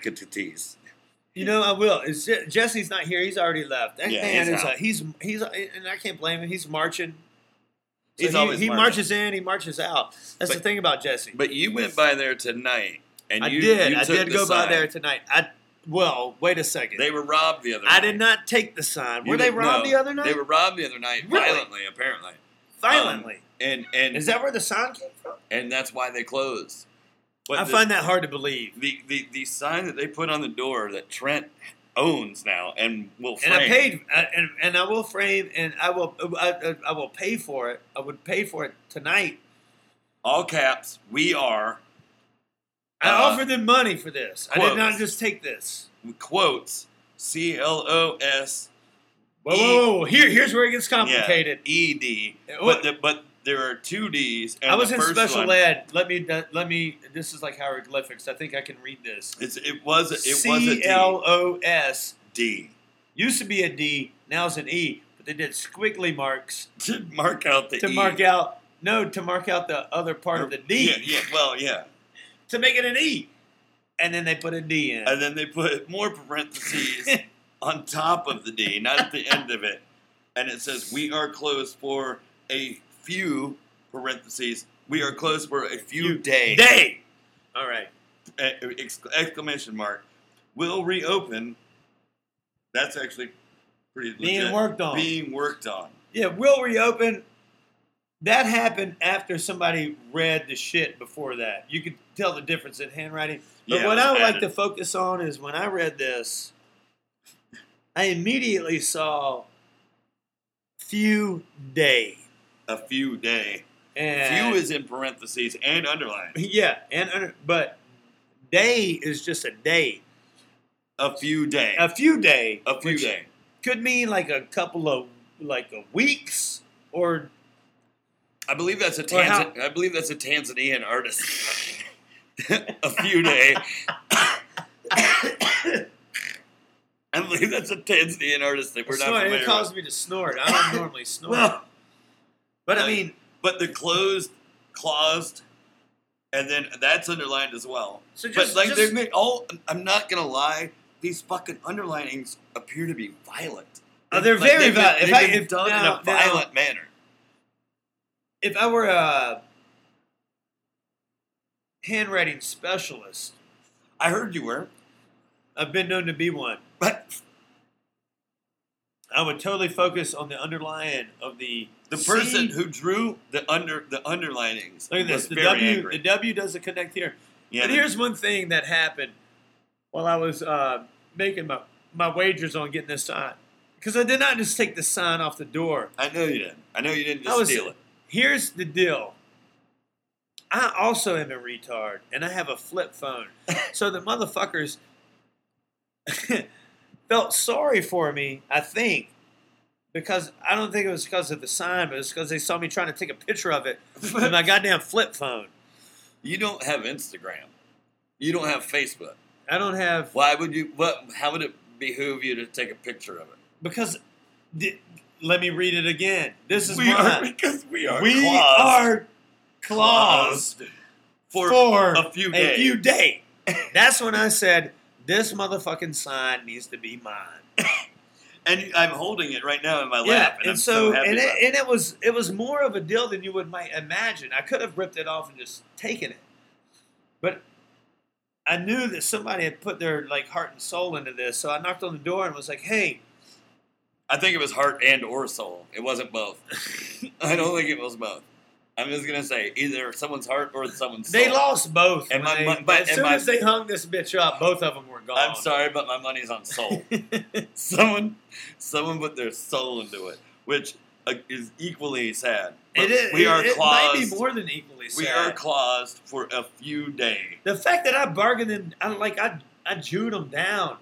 [SPEAKER 1] communities.
[SPEAKER 3] you know, I will. It's Je- Jesse's not here. He's already left. That
[SPEAKER 1] Yeah,
[SPEAKER 3] man
[SPEAKER 1] he's
[SPEAKER 3] is.
[SPEAKER 1] out.
[SPEAKER 3] A, he's he's and I can't blame him. He's marching.
[SPEAKER 1] He's
[SPEAKER 3] he-
[SPEAKER 1] always
[SPEAKER 3] he
[SPEAKER 1] marching.
[SPEAKER 3] marches in, he marches out. That's the
[SPEAKER 1] But-
[SPEAKER 3] thing about Jesse.
[SPEAKER 1] But you went
[SPEAKER 4] went
[SPEAKER 1] by
[SPEAKER 4] by
[SPEAKER 1] there tonight, and
[SPEAKER 3] I did. I did go by there tonight. I well, wait a second.
[SPEAKER 1] They were robbed the other.
[SPEAKER 3] I did not take the sign. Were they robbed the other night?
[SPEAKER 1] They were um, robbed the other night
[SPEAKER 3] Really?
[SPEAKER 1] violently, apparently,
[SPEAKER 3] violently.
[SPEAKER 1] and and
[SPEAKER 3] Is that where the sign came from?
[SPEAKER 1] and that's why they closed. But
[SPEAKER 3] I
[SPEAKER 1] the,
[SPEAKER 3] find that hard to believe.
[SPEAKER 1] the, the the sign that they put on the door that Trent owns now and will
[SPEAKER 3] And
[SPEAKER 1] frame.
[SPEAKER 3] I paid, I, and, and I will frame, and I will, I, I- I will pay for it. I would pay for it tonight.
[SPEAKER 1] all caps. We are
[SPEAKER 3] I
[SPEAKER 1] Uh,
[SPEAKER 3] offered them money for this. I did
[SPEAKER 1] quotes.
[SPEAKER 3] not just take this.
[SPEAKER 1] quotes C L O S
[SPEAKER 3] Whoa,
[SPEAKER 1] E-
[SPEAKER 3] whoa, whoa! Here, here's where it gets complicated.
[SPEAKER 1] E D.
[SPEAKER 3] What-
[SPEAKER 1] But the, but there are two D's. And
[SPEAKER 3] I was
[SPEAKER 1] the
[SPEAKER 3] in
[SPEAKER 1] first
[SPEAKER 3] special
[SPEAKER 1] one-
[SPEAKER 3] ed. Let me, let me. This is like hieroglyphics. I think I can read this.
[SPEAKER 1] It's, it was it was a
[SPEAKER 3] C
[SPEAKER 1] D.
[SPEAKER 3] L O S
[SPEAKER 1] D.
[SPEAKER 3] used to be a D. Now it's an E. But they did squiggly marks
[SPEAKER 1] to mark out the
[SPEAKER 3] to
[SPEAKER 1] E.
[SPEAKER 3] mark out no to mark out the other part of the D.
[SPEAKER 1] Yeah, yeah, well, yeah.
[SPEAKER 3] to make it an E. And then they put a D in.
[SPEAKER 1] And then they put more parentheses on top of the D, not at the end of it. And it says, "We are closed for a few parentheses. We are closed for a few days."
[SPEAKER 3] Day. All right.
[SPEAKER 1] Eh, ex- exclamation mark. Will reopen. That's actually pretty
[SPEAKER 3] Being
[SPEAKER 1] legit.
[SPEAKER 3] worked on.
[SPEAKER 1] Being worked on.
[SPEAKER 3] Yeah, we'll reopen. That happened after somebody read the shit before that. You could tell the difference in handwriting. But
[SPEAKER 1] Yeah,
[SPEAKER 3] what
[SPEAKER 1] it was
[SPEAKER 3] I would like to
[SPEAKER 1] added.
[SPEAKER 3] focus on is when I read this, I immediately saw few day.
[SPEAKER 1] A few day.
[SPEAKER 3] And
[SPEAKER 1] few is in parentheses and underlined.
[SPEAKER 3] yeah, and under, but day is just a day.
[SPEAKER 1] A few day.
[SPEAKER 3] A few day.
[SPEAKER 1] A few
[SPEAKER 3] which
[SPEAKER 1] day.
[SPEAKER 3] could mean like a couple of like a weeks or
[SPEAKER 1] I believe that's a
[SPEAKER 3] Or how-
[SPEAKER 1] Tanzan- I believe that's a Tanzanian artist. a few day. I believe that's a Tanzanian artist that we're not
[SPEAKER 3] Snort,
[SPEAKER 1] familiar
[SPEAKER 3] It caused
[SPEAKER 1] with.
[SPEAKER 3] me to snort. I don't normally snort.
[SPEAKER 1] Well,
[SPEAKER 3] but I
[SPEAKER 1] like-
[SPEAKER 3] mean,
[SPEAKER 1] But the closed, claused, and then that's underlined as well.
[SPEAKER 3] so just,
[SPEAKER 1] but like
[SPEAKER 3] just-
[SPEAKER 1] they made all. I'm not gonna lie. These fucking underlinings appear to be violent.
[SPEAKER 3] Oh, they're
[SPEAKER 1] Like,
[SPEAKER 3] very
[SPEAKER 1] they've been-
[SPEAKER 3] violent. If
[SPEAKER 1] they've
[SPEAKER 3] I-
[SPEAKER 1] been
[SPEAKER 3] if-
[SPEAKER 1] done
[SPEAKER 3] now-
[SPEAKER 1] in a
[SPEAKER 3] now-
[SPEAKER 1] violent manner.
[SPEAKER 3] if I were a handwriting specialist,
[SPEAKER 1] I heard you were,
[SPEAKER 3] I've been known to be one.
[SPEAKER 1] but
[SPEAKER 3] I would totally focus on the underlying of the
[SPEAKER 1] The
[SPEAKER 3] C.
[SPEAKER 1] person who drew the under the underlinings
[SPEAKER 3] Look at this.
[SPEAKER 1] was
[SPEAKER 3] The
[SPEAKER 1] very
[SPEAKER 3] W.
[SPEAKER 1] angry.
[SPEAKER 3] The W doesn't connect here.
[SPEAKER 1] yeah,
[SPEAKER 3] and
[SPEAKER 1] the-
[SPEAKER 3] here's one thing that happened while I was uh, making my, my wagers on getting this sign. Because I did not just take the sign off the door.
[SPEAKER 1] I know you didn't. I know you didn't
[SPEAKER 3] I
[SPEAKER 1] just
[SPEAKER 3] was-
[SPEAKER 1] steal it.
[SPEAKER 3] Here's the deal. I also am a retard, and I have a flip phone. so the motherfuckers felt sorry for me, I think, because I don't think it was because of the sign, but it's because they saw me trying to take a picture of it with my goddamn flip phone.
[SPEAKER 1] You don't have Instagram. You don't have Facebook.
[SPEAKER 3] I don't have
[SPEAKER 1] Why would you? What? How would it behoove you to take a picture of it?
[SPEAKER 3] because. Di- let me read it again. This is
[SPEAKER 1] we
[SPEAKER 3] why.
[SPEAKER 1] are because we are.
[SPEAKER 3] we
[SPEAKER 1] claws.
[SPEAKER 3] are claws
[SPEAKER 1] Claws for,
[SPEAKER 3] for
[SPEAKER 1] a few
[SPEAKER 3] a
[SPEAKER 1] days.
[SPEAKER 3] few day. That's when I said this motherfucking sign needs to be mine.
[SPEAKER 1] and I'm holding it right now in my
[SPEAKER 3] yeah,
[SPEAKER 1] lap,
[SPEAKER 3] and,
[SPEAKER 1] and, I'm
[SPEAKER 3] so,
[SPEAKER 1] happy
[SPEAKER 3] and, it,
[SPEAKER 1] about it.
[SPEAKER 3] and it was it was more of a deal than you would might imagine. I could have ripped it off and just taken it, but I knew that somebody had put their like heart and soul into this. So I knocked on the door and was like, "Hey,
[SPEAKER 1] I think it was heart and or soul. It wasn't both. I don't think it was both. I'm just gonna say either someone's heart or someone's.
[SPEAKER 3] they
[SPEAKER 1] soul.
[SPEAKER 3] lost both."
[SPEAKER 1] And
[SPEAKER 3] when
[SPEAKER 1] my
[SPEAKER 3] they-
[SPEAKER 1] mon- but-
[SPEAKER 3] as
[SPEAKER 1] and
[SPEAKER 3] soon
[SPEAKER 1] my-
[SPEAKER 3] as they hung this bitch up, both of them were gone.
[SPEAKER 1] I'm sorry, but my money's on soul. someone, someone put their soul into it, which uh, is equally sad. But
[SPEAKER 3] It is.
[SPEAKER 1] We
[SPEAKER 3] it-
[SPEAKER 1] are
[SPEAKER 3] it might be
[SPEAKER 1] claused.
[SPEAKER 3] more than equally sad.
[SPEAKER 1] we are claused for a few days.
[SPEAKER 3] The fact that I bargained and I like I I jewed them down.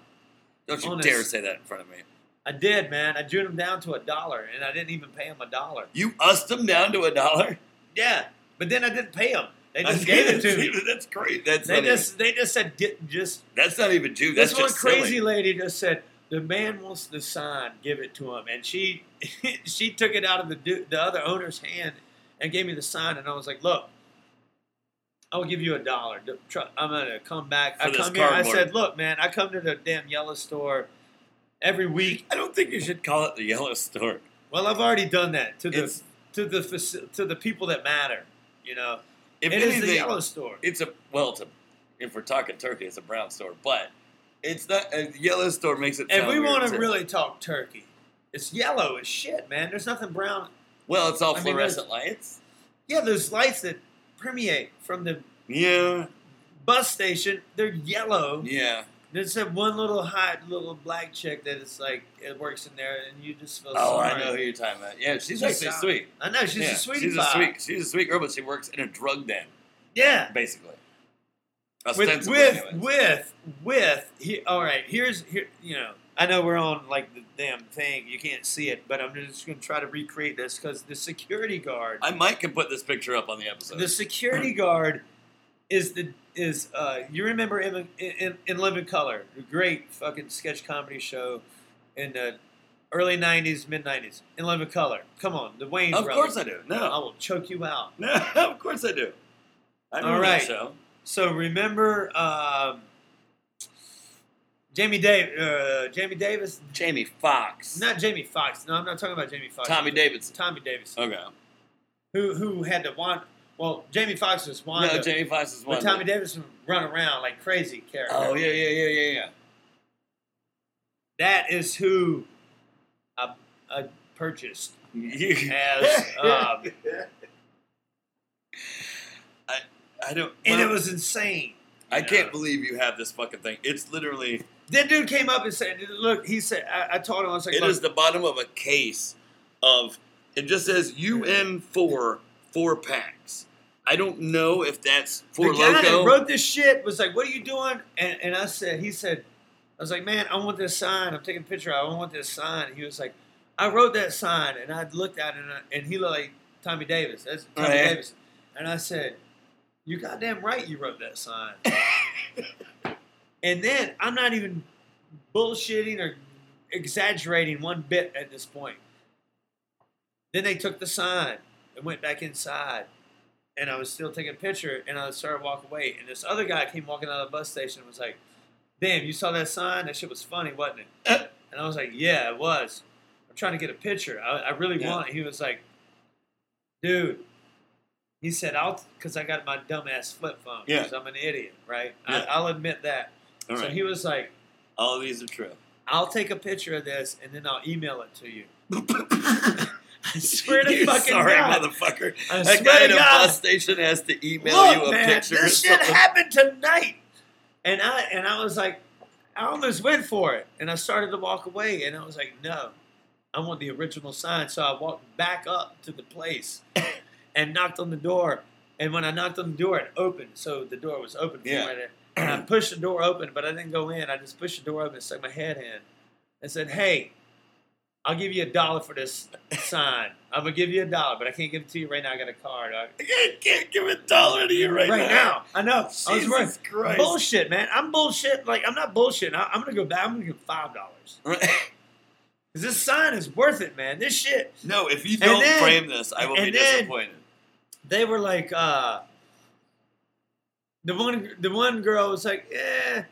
[SPEAKER 1] Don't you
[SPEAKER 3] Honest.
[SPEAKER 1] dare say that in front of me.
[SPEAKER 3] I did, man. I jewed them down to a dollar, and I didn't even pay them a dollar.
[SPEAKER 1] You ussed them down to a dollar.
[SPEAKER 3] Yeah, but then I didn't pay them. They
[SPEAKER 1] I
[SPEAKER 3] just gave it to me.
[SPEAKER 1] That's great. That's
[SPEAKER 3] They
[SPEAKER 1] not even,
[SPEAKER 3] just they just said get just.
[SPEAKER 1] that's not even Jew. That's
[SPEAKER 3] this one
[SPEAKER 1] just
[SPEAKER 3] crazy
[SPEAKER 1] Silly.
[SPEAKER 3] lady just said the man wants the sign, give it to him, and she she took it out of the du- the other owner's hand and gave me the sign, and I was like, look. I will give you a dollar. D- tr- I'm gonna come back.
[SPEAKER 1] For
[SPEAKER 3] I
[SPEAKER 1] this
[SPEAKER 3] come here. I
[SPEAKER 1] cardboard.
[SPEAKER 3] said, "Look, man, I come to the damn yellow store every week
[SPEAKER 1] I don't think you should call it the yellow store.
[SPEAKER 3] Well, I've already done that to the
[SPEAKER 1] It's
[SPEAKER 3] to the faci- to the people that matter. You know,
[SPEAKER 1] If
[SPEAKER 3] it is
[SPEAKER 1] anything,
[SPEAKER 3] the yellow store.
[SPEAKER 1] it's a well, it's a, if we're talking turkey, it's a brown store, but it's not. A yellow store makes it.
[SPEAKER 3] If
[SPEAKER 1] sound
[SPEAKER 3] we
[SPEAKER 1] weird,
[SPEAKER 3] want to
[SPEAKER 1] too.
[SPEAKER 3] really talk turkey, it's yellow as shit, man. There's nothing brown.
[SPEAKER 1] well, it's all
[SPEAKER 3] I mean, there's-
[SPEAKER 1] fluorescent lights.
[SPEAKER 3] Yeah, those lights that permeate from the
[SPEAKER 1] Yeah,
[SPEAKER 3] bus station, they're yellow.
[SPEAKER 1] yeah.
[SPEAKER 3] There's that one little hot little black chick that is like it works in there, and you just feel.
[SPEAKER 1] Oh, I
[SPEAKER 3] sorry.
[SPEAKER 1] know who you're talking about. Yeah, she's
[SPEAKER 3] She's
[SPEAKER 1] actually
[SPEAKER 3] sound-
[SPEAKER 1] sweet.
[SPEAKER 3] I know she's
[SPEAKER 1] Yeah,
[SPEAKER 3] a sweetie
[SPEAKER 1] She's a
[SPEAKER 3] pie.
[SPEAKER 1] sweet. She's a sweet girl, but she works in a drug den,
[SPEAKER 3] Yeah,
[SPEAKER 1] basically.
[SPEAKER 3] with
[SPEAKER 1] Ostensibly,
[SPEAKER 3] with
[SPEAKER 1] anyways.
[SPEAKER 3] with with. He, all right, here's here. You know, I know we're on like the damn thing. You can't see it, but I'm just gonna try to recreate this because the security guard,
[SPEAKER 1] I might can put this picture up on the episode.
[SPEAKER 3] the security guard, is the is uh. You remember in in, in Living Color, the great fucking sketch comedy show, in the early '90s, mid '90s. In Living Color, come on, the Wayne
[SPEAKER 1] of
[SPEAKER 3] brothers.
[SPEAKER 1] course I do.
[SPEAKER 3] I
[SPEAKER 1] No,
[SPEAKER 3] will choke you out.
[SPEAKER 1] no, of course I do. I remember
[SPEAKER 3] All
[SPEAKER 1] that
[SPEAKER 3] right.
[SPEAKER 1] show.
[SPEAKER 3] So remember, um, Jamie Dav- uh, Jamie Davis,
[SPEAKER 1] Jamie Fox,
[SPEAKER 3] not Jamie Fox. No, I'm not talking about Jamie Fox.
[SPEAKER 1] Tommy Davidson.
[SPEAKER 3] Tommy Davis,
[SPEAKER 1] Okay,
[SPEAKER 3] who who had to want. Well, Jamie Fox was one,
[SPEAKER 1] no, Jamie Fox is one.
[SPEAKER 3] but Tommy Davis would run around like crazy character.
[SPEAKER 1] Oh yeah, yeah, yeah, yeah, yeah.
[SPEAKER 3] that is who I, I purchased
[SPEAKER 1] You-
[SPEAKER 3] as, um,
[SPEAKER 1] I don't.
[SPEAKER 3] and it
[SPEAKER 1] well,
[SPEAKER 3] was insane.
[SPEAKER 1] I
[SPEAKER 3] you
[SPEAKER 1] can't
[SPEAKER 3] know.
[SPEAKER 1] believe you have this fucking thing. It's literally.
[SPEAKER 3] That dude came up and said, "Look," he said. I, I told him, I was like,
[SPEAKER 1] It
[SPEAKER 3] "Look,
[SPEAKER 1] is the bottom of a case of. It just says UN four four packs. I don't know if that's for
[SPEAKER 3] the guy
[SPEAKER 1] loco.
[SPEAKER 3] that wrote this shit was like, "What are you doing?" And, and I said, "He said, I was like, man, I want this sign. I'm taking a picture. I want this sign." He was like, "I wrote that sign," and I looked at it, and, I, and he looked like Tommy Davis. That's
[SPEAKER 1] Oh,
[SPEAKER 3] Tommy
[SPEAKER 1] yeah.
[SPEAKER 3] Davis. And I said, "You goddamn right, you wrote that sign." and then I'm not even bullshitting or exaggerating one bit at this point. Then they took the sign and went back inside. And I was still taking a picture and I started walking away. And this other guy came walking out of the bus station and was like, Damn, you saw that sign? That shit was funny, wasn't
[SPEAKER 1] Uh.
[SPEAKER 3] it? and I was like, Yeah, it was. I'm trying to get a picture. I, I really
[SPEAKER 1] Yeah.
[SPEAKER 3] want it. He was like, Dude, he said, I'll, because I got my dumbass flip phone. Because I'm an idiot, right?
[SPEAKER 1] Yeah.
[SPEAKER 3] I, I'll admit that.
[SPEAKER 1] All
[SPEAKER 3] So
[SPEAKER 1] right,
[SPEAKER 3] he was like,
[SPEAKER 1] all these are true.
[SPEAKER 3] I'll take a picture of this and then I'll email it to you. I swear to
[SPEAKER 1] You
[SPEAKER 3] fucking
[SPEAKER 1] sorry,
[SPEAKER 3] God.
[SPEAKER 1] motherfucker.
[SPEAKER 3] I
[SPEAKER 1] That
[SPEAKER 3] swear
[SPEAKER 1] guy
[SPEAKER 3] to
[SPEAKER 1] at a
[SPEAKER 3] God.
[SPEAKER 1] bus station has to email
[SPEAKER 3] Look,
[SPEAKER 1] you a
[SPEAKER 3] man,
[SPEAKER 1] picture. or
[SPEAKER 3] This shit
[SPEAKER 1] something.
[SPEAKER 3] happened tonight, and I and I was like, I almost went for it, and I started to walk away, and I was like, no, I want the original sign. So I walked back up to the place and knocked on the door. And when I knocked on the door, it opened. So the door was open. for
[SPEAKER 1] Yeah.
[SPEAKER 3] me. And I pushed the door open, but I didn't go in. I just pushed the door open and stuck my head in and said, hey, I'll give you a dollar for this sign. I'm going to give you a dollar, but I can't give it to you right now. I got a card. I-
[SPEAKER 1] I can't give a dollar to you right, now.
[SPEAKER 3] I know. I was
[SPEAKER 1] Jesus
[SPEAKER 3] worth
[SPEAKER 1] Christ.
[SPEAKER 3] bullshit, man. I'm bullshit. Like I'm not bullshit. I, am gonna go back. I'm gonna give five dollars because this sign is worth it, man. This shit.
[SPEAKER 1] no, if you
[SPEAKER 3] And
[SPEAKER 1] don't
[SPEAKER 3] then-
[SPEAKER 1] frame this, I will be
[SPEAKER 3] and then-
[SPEAKER 1] disappointed.
[SPEAKER 3] They were like, uh, the one, the one girl was like, eh,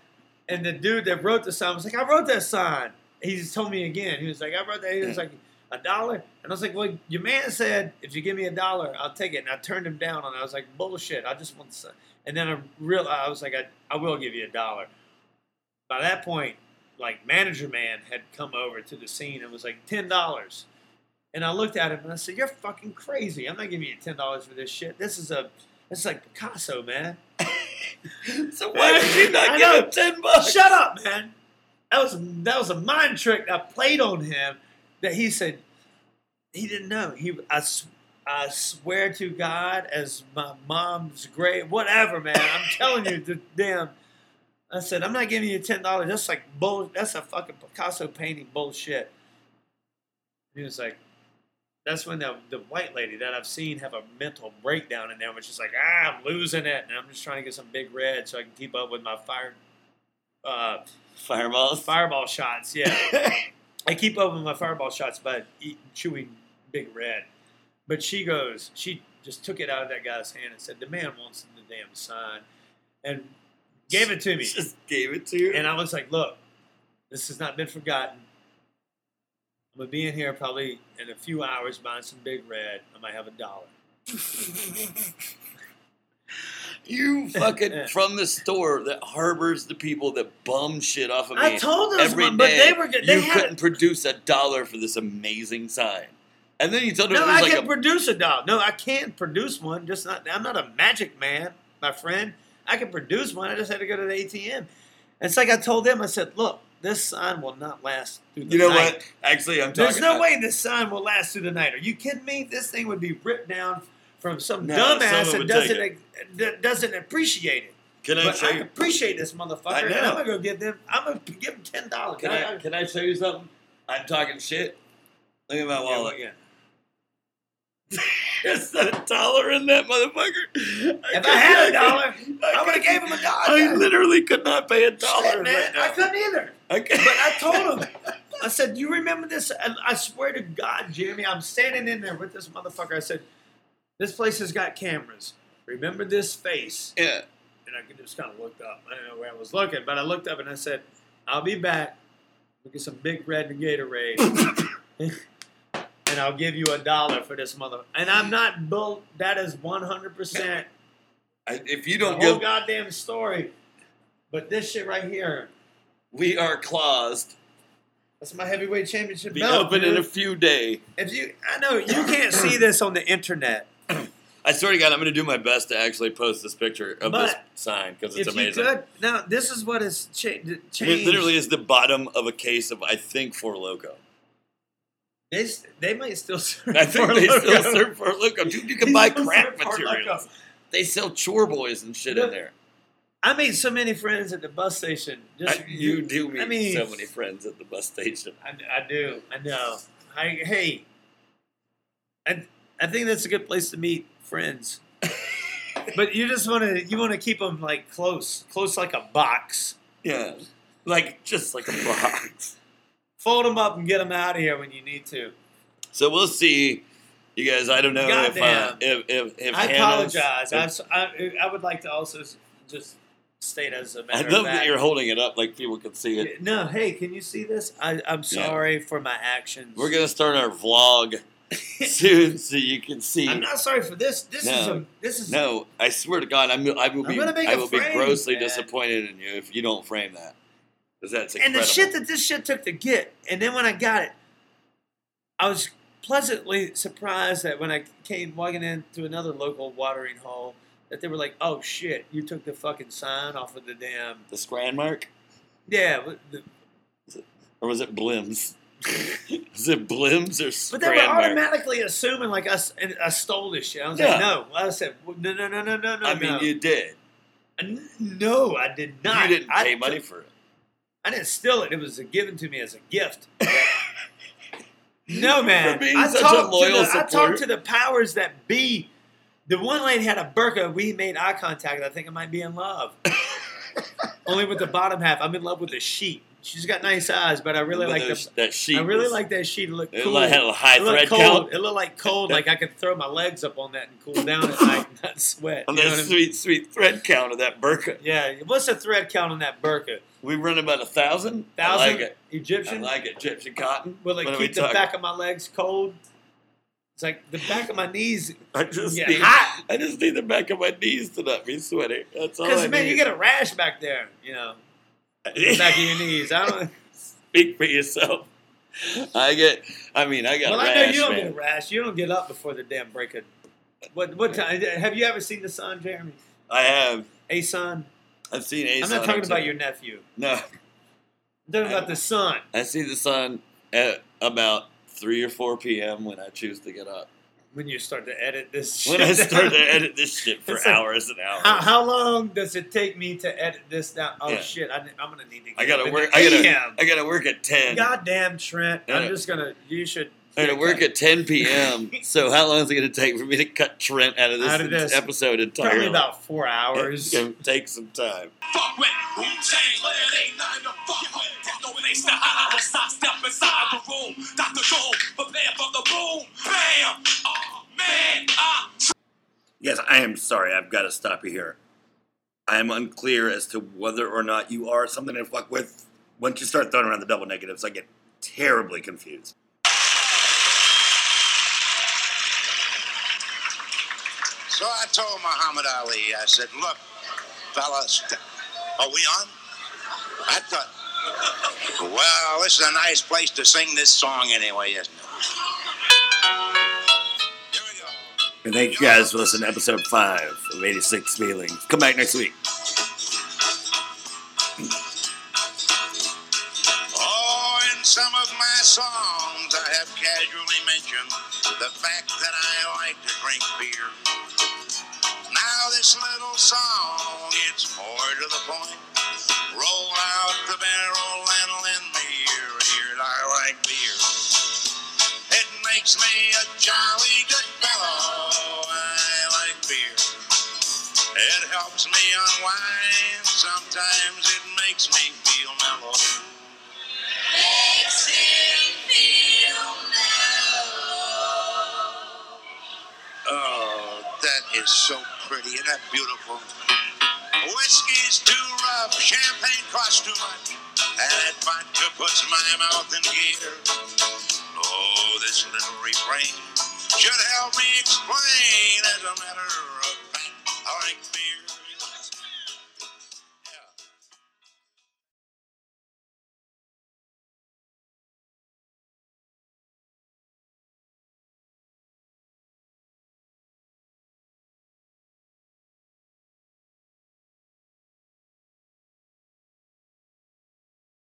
[SPEAKER 3] and the dude that wrote the sign was like, I wrote that sign. He just told me again. He was like, I wrote that. He was like. A dollar, and I was like, "Well, your man said if you give me a dollar, I'll take it." And I turned him down, and I was like, "Bullshit! I just want the sign." And then I real I was like, I, I will give you a dollar. By that point, like manager man had come over to the scene and was like ten dollars, and I looked at him and I said, "You're fucking crazy! I'm not giving you ten dollars for this shit. This is a this is like Picasso, man.
[SPEAKER 1] So why did you
[SPEAKER 3] I
[SPEAKER 1] not
[SPEAKER 3] know.
[SPEAKER 1] give him ten bucks?
[SPEAKER 3] Shut up, man. That was that was a mind trick that I played on him. That he said he didn't know. He I, s- I swear to God, as my mom's grave, whatever, man. I'm telling you, the damn. I said I'm not giving you ten dollars. That's like bull. That's a fucking Picasso painting bullshit. He was like, that's when the, the white lady that I've seen have a mental breakdown in there, which is like, ah, I'm losing it, and I'm just trying to get some big red so I can keep up with my fire uh,
[SPEAKER 1] Fireballs.
[SPEAKER 3] fireball shots. Yeah, I keep up with my fireball shots by eating, chewing Big Red. But she goes, she just took it out of that guy's hand and said, "The man wants the damn sign," and gave it to me.
[SPEAKER 1] Just gave it to you.
[SPEAKER 3] And I was like, "Look, this has not been forgotten. I'm gonna be in here probably in a few hours buying some big red. I might have a dollar.
[SPEAKER 1] You fucking from the store that harbors the people that bum shit off of me.
[SPEAKER 3] I told them,
[SPEAKER 1] every
[SPEAKER 3] but
[SPEAKER 1] day,
[SPEAKER 3] they were good.
[SPEAKER 1] you
[SPEAKER 3] They had
[SPEAKER 1] couldn't produce a dollar for this amazing sign. And then you told me
[SPEAKER 3] No,
[SPEAKER 1] it was
[SPEAKER 3] I
[SPEAKER 1] like
[SPEAKER 3] can
[SPEAKER 1] a
[SPEAKER 3] produce a doll. No, I can't produce one. Just not. I'm not a magic man, my friend. I can produce one. I just had to go to the ATM. It's like I told them. I said, "Look, this sign will not last through the
[SPEAKER 1] You know
[SPEAKER 3] night.
[SPEAKER 1] what? Actually, I'm talking.
[SPEAKER 3] There's no
[SPEAKER 1] I-
[SPEAKER 3] way this sign will last through the night. Are you kidding me? This thing would be ripped down from some
[SPEAKER 1] No,
[SPEAKER 3] dumbass
[SPEAKER 1] someone
[SPEAKER 3] that
[SPEAKER 1] would take
[SPEAKER 3] doesn't that doesn't appreciate it.
[SPEAKER 1] Can I
[SPEAKER 3] but
[SPEAKER 1] show
[SPEAKER 3] I
[SPEAKER 1] you?
[SPEAKER 3] appreciate this motherfucker.
[SPEAKER 1] I
[SPEAKER 3] and
[SPEAKER 1] know.
[SPEAKER 3] I'm gonna go give them. I'm gonna give them ten dollars.
[SPEAKER 1] Can I? Can I show you something? I'm talking shit. Look at my wallet. There's not a dollar in that motherfucker.
[SPEAKER 3] If I had a
[SPEAKER 1] couldn't-
[SPEAKER 3] dollar,
[SPEAKER 1] I,
[SPEAKER 3] I would have gave him a
[SPEAKER 1] I
[SPEAKER 3] dollar.
[SPEAKER 1] literally could not pay a dollar
[SPEAKER 3] Shit, man,
[SPEAKER 1] right now.
[SPEAKER 3] I couldn't either.
[SPEAKER 1] I could-
[SPEAKER 3] But I told him, I said, "You remember this?" And I swear to God, Jimmy, I'm standing in there with this motherfucker. I said, "This place has got cameras. Remember this face?"
[SPEAKER 1] yeah.
[SPEAKER 3] And I just kind of looked up. I don't know where I was looking, but I looked up and I said, "I'll be back. Look at some big red and Gatorade." And I'll give you a dollar for this mother. And I'm not bull. That is 100 percent
[SPEAKER 1] I, if you
[SPEAKER 3] the
[SPEAKER 1] don't
[SPEAKER 3] whole
[SPEAKER 1] give,
[SPEAKER 3] goddamn story. But this shit right here,
[SPEAKER 1] we are claused.
[SPEAKER 3] that's my heavyweight championship
[SPEAKER 1] Be
[SPEAKER 3] belt.
[SPEAKER 1] open in
[SPEAKER 3] dude.
[SPEAKER 1] a few day.
[SPEAKER 3] If you, I know you can't see this on the internet.
[SPEAKER 1] I swear to God, I'm going to do my best to actually post this picture of this
[SPEAKER 3] But
[SPEAKER 1] sign because it's
[SPEAKER 3] if
[SPEAKER 1] amazing.
[SPEAKER 3] you could, now this is what has cha- changed.
[SPEAKER 1] It literally is the bottom of a case of, I think, Four Loco.
[SPEAKER 3] they, s- they might still. Serve
[SPEAKER 1] I think
[SPEAKER 3] Four
[SPEAKER 1] they still
[SPEAKER 3] Loko.
[SPEAKER 1] serve Four Loco. Dude, you
[SPEAKER 3] They
[SPEAKER 1] can buy
[SPEAKER 3] still
[SPEAKER 1] craft
[SPEAKER 3] serve Four
[SPEAKER 1] materials.
[SPEAKER 3] Loko.
[SPEAKER 1] They sell chore boys and shit in there.
[SPEAKER 3] I made so many friends at the bus station. Just
[SPEAKER 1] I- you do meet
[SPEAKER 3] I mean-
[SPEAKER 1] so many friends at the bus station.
[SPEAKER 3] I, I do. I know. I, hey, I I think that's a good place to meet friends. but you just want to you want to keep them like close, close like a box.
[SPEAKER 1] Yeah. Like, just like a box.
[SPEAKER 3] Fold them up and get them out of here when you need to.
[SPEAKER 1] So we'll see. You guys, I don't know if, uh,
[SPEAKER 3] Goddamn.
[SPEAKER 1] if if if
[SPEAKER 3] I
[SPEAKER 1] Hannah's-
[SPEAKER 3] apologize.
[SPEAKER 1] if-
[SPEAKER 3] I'm so- I, I would like to also s- just state as a
[SPEAKER 1] I
[SPEAKER 3] matter
[SPEAKER 1] love
[SPEAKER 3] of
[SPEAKER 1] that
[SPEAKER 3] fact.
[SPEAKER 1] you're holding it up like people can see it.
[SPEAKER 3] no, hey, can you see this? I, I'm
[SPEAKER 1] Yeah.
[SPEAKER 3] sorry for my actions.
[SPEAKER 1] We're gonna start our vlog soon, so you can see.
[SPEAKER 3] I'm not sorry for this. This is
[SPEAKER 1] No.
[SPEAKER 3] a. This is.
[SPEAKER 1] no, I swear to God, I'm, I will
[SPEAKER 3] I'm
[SPEAKER 1] be
[SPEAKER 3] gonna make
[SPEAKER 1] I
[SPEAKER 3] a
[SPEAKER 1] will be
[SPEAKER 3] frame,
[SPEAKER 1] grossly
[SPEAKER 3] man.
[SPEAKER 1] disappointed in you if you don't frame that. Because that's
[SPEAKER 3] and
[SPEAKER 1] incredible.
[SPEAKER 3] the shit that this shit took to get, and then when I got it, I was pleasantly surprised that when I came walking into another local watering hole, that they were like, "Oh shit, you took the fucking sign off of the damn."
[SPEAKER 1] the scran mark,
[SPEAKER 3] Yeah, but the,
[SPEAKER 1] or was it blims? Is it blims or
[SPEAKER 3] But
[SPEAKER 1] scran
[SPEAKER 3] they were
[SPEAKER 1] mark?
[SPEAKER 3] automatically assuming like us and I stole this shit. I was
[SPEAKER 1] Yeah.
[SPEAKER 3] like, no. I said, well, no, no, no, no, no, no.
[SPEAKER 1] I mean,
[SPEAKER 3] no.
[SPEAKER 1] you did.
[SPEAKER 3] N- no, I did not.
[SPEAKER 1] you didn't
[SPEAKER 3] I
[SPEAKER 1] pay
[SPEAKER 3] took-
[SPEAKER 1] money for it.
[SPEAKER 3] I didn't steal it. It was given to me as a gift. no, man.
[SPEAKER 1] For being
[SPEAKER 3] I
[SPEAKER 1] such a
[SPEAKER 3] talked
[SPEAKER 1] loyal
[SPEAKER 3] to the, I
[SPEAKER 1] supporter.
[SPEAKER 3] talked to the powers that be. The one lady had a burqa. We made eye contact. I think I might be in love. Only with the bottom half. I'm in love with the sheep. She's got nice eyes, but I really
[SPEAKER 1] But
[SPEAKER 3] like
[SPEAKER 1] those-
[SPEAKER 3] the.
[SPEAKER 1] that sheet.
[SPEAKER 3] I really
[SPEAKER 1] was-
[SPEAKER 3] like that sheep. It looked
[SPEAKER 1] It
[SPEAKER 3] cool.
[SPEAKER 1] like had a high
[SPEAKER 3] It looked
[SPEAKER 1] thread
[SPEAKER 3] cold.
[SPEAKER 1] count.
[SPEAKER 3] It looked like cold, like I could throw my legs up on that and cool down at night and not sweat.
[SPEAKER 1] On
[SPEAKER 3] You know
[SPEAKER 1] that
[SPEAKER 3] what I mean?
[SPEAKER 1] sweet, sweet thread count of that burqa.
[SPEAKER 3] Yeah, what's the thread count on that burqa?
[SPEAKER 1] We run about a thousand. I
[SPEAKER 3] Thousand
[SPEAKER 1] like it. I
[SPEAKER 3] Egyptian?
[SPEAKER 1] like Egyptian cotton.
[SPEAKER 3] Will it
[SPEAKER 1] What are we
[SPEAKER 3] keep the
[SPEAKER 1] talking-
[SPEAKER 3] back of my legs cold? It's like the back of my knees
[SPEAKER 1] I just
[SPEAKER 3] get
[SPEAKER 1] need.
[SPEAKER 3] hot
[SPEAKER 1] I just need the back of my knees to not be sweaty. That's all. I
[SPEAKER 3] because man,
[SPEAKER 1] need.
[SPEAKER 3] you get a rash back there. You know, the back of your knees. I don't.
[SPEAKER 1] speak for yourself. I get. I mean, I got
[SPEAKER 3] Well,
[SPEAKER 1] a
[SPEAKER 3] I
[SPEAKER 1] rash,
[SPEAKER 3] know you don't
[SPEAKER 1] man.
[SPEAKER 3] get a rash. You don't get up before the damn break of. What what time? Have you ever seen the sun, Jeremy?
[SPEAKER 1] I have.
[SPEAKER 3] A son.
[SPEAKER 1] I've seen Ace.
[SPEAKER 3] I'm not talking about your nephew.
[SPEAKER 1] No,
[SPEAKER 3] I'm talking about the sun.
[SPEAKER 1] I see the sun at about three or four p.m. when I choose to get up.
[SPEAKER 3] when you start to edit this shit
[SPEAKER 1] When I start
[SPEAKER 3] down.
[SPEAKER 1] to edit this shit for
[SPEAKER 3] It's like-
[SPEAKER 1] hours and hours.
[SPEAKER 3] How, how long does it take me to edit this down? Oh
[SPEAKER 1] Oh. Yeah.
[SPEAKER 3] shit! I, am gonna need to. Get
[SPEAKER 1] I
[SPEAKER 3] up
[SPEAKER 1] gotta
[SPEAKER 3] in
[SPEAKER 1] work.
[SPEAKER 3] the
[SPEAKER 1] I gotta.
[SPEAKER 3] AM.
[SPEAKER 1] I gotta work at ten.
[SPEAKER 3] Goddamn Trent!
[SPEAKER 1] Yeah.
[SPEAKER 3] I'm just gonna. You should.
[SPEAKER 1] I'm gonna work at 10 p.m. so how long is it gonna take for me to cut Trent out of this,
[SPEAKER 3] Out of this.
[SPEAKER 1] episode entirely?
[SPEAKER 3] probably about four hours.
[SPEAKER 1] It's gonna take some time.
[SPEAKER 5] fuck with. Wu Tang Clan ain't nothing to fuck with. There's no place to hide once I step inside the room. Dr. Doom, prepare for the boom. Bam! Oh man, I
[SPEAKER 1] Yes, I am sorry. I've got to stop you here. I am unclear as to whether or not you are something to fuck with. Once you start throwing around the double negatives, I get terribly confused.
[SPEAKER 2] So I told Muhammad Ali, I said, look, fellas, are we on? I thought, well, this is a nice place to sing this song anyway, isn't it? Here we go.
[SPEAKER 1] And thank you guys for listening to episode 5 of 86 Feelings. Come back next week.
[SPEAKER 2] Oh, in some of my songs, I have casually mentioned the fact that I like to drink beer. Now, this little song, it's more to the point. Roll out the barrel and lend me your ear. I like beer. It makes me a jolly good fellow. I like beer. It helps me unwind. Sometimes it makes me feel mellow.
[SPEAKER 6] Makes me feel mellow.
[SPEAKER 2] Oh, that is so pretty. Isn't that beautiful? Whiskey's too rough. Champagne costs too much. And that vodka puts my mouth in gear. Oh, this little refrain should help me explain. As a matter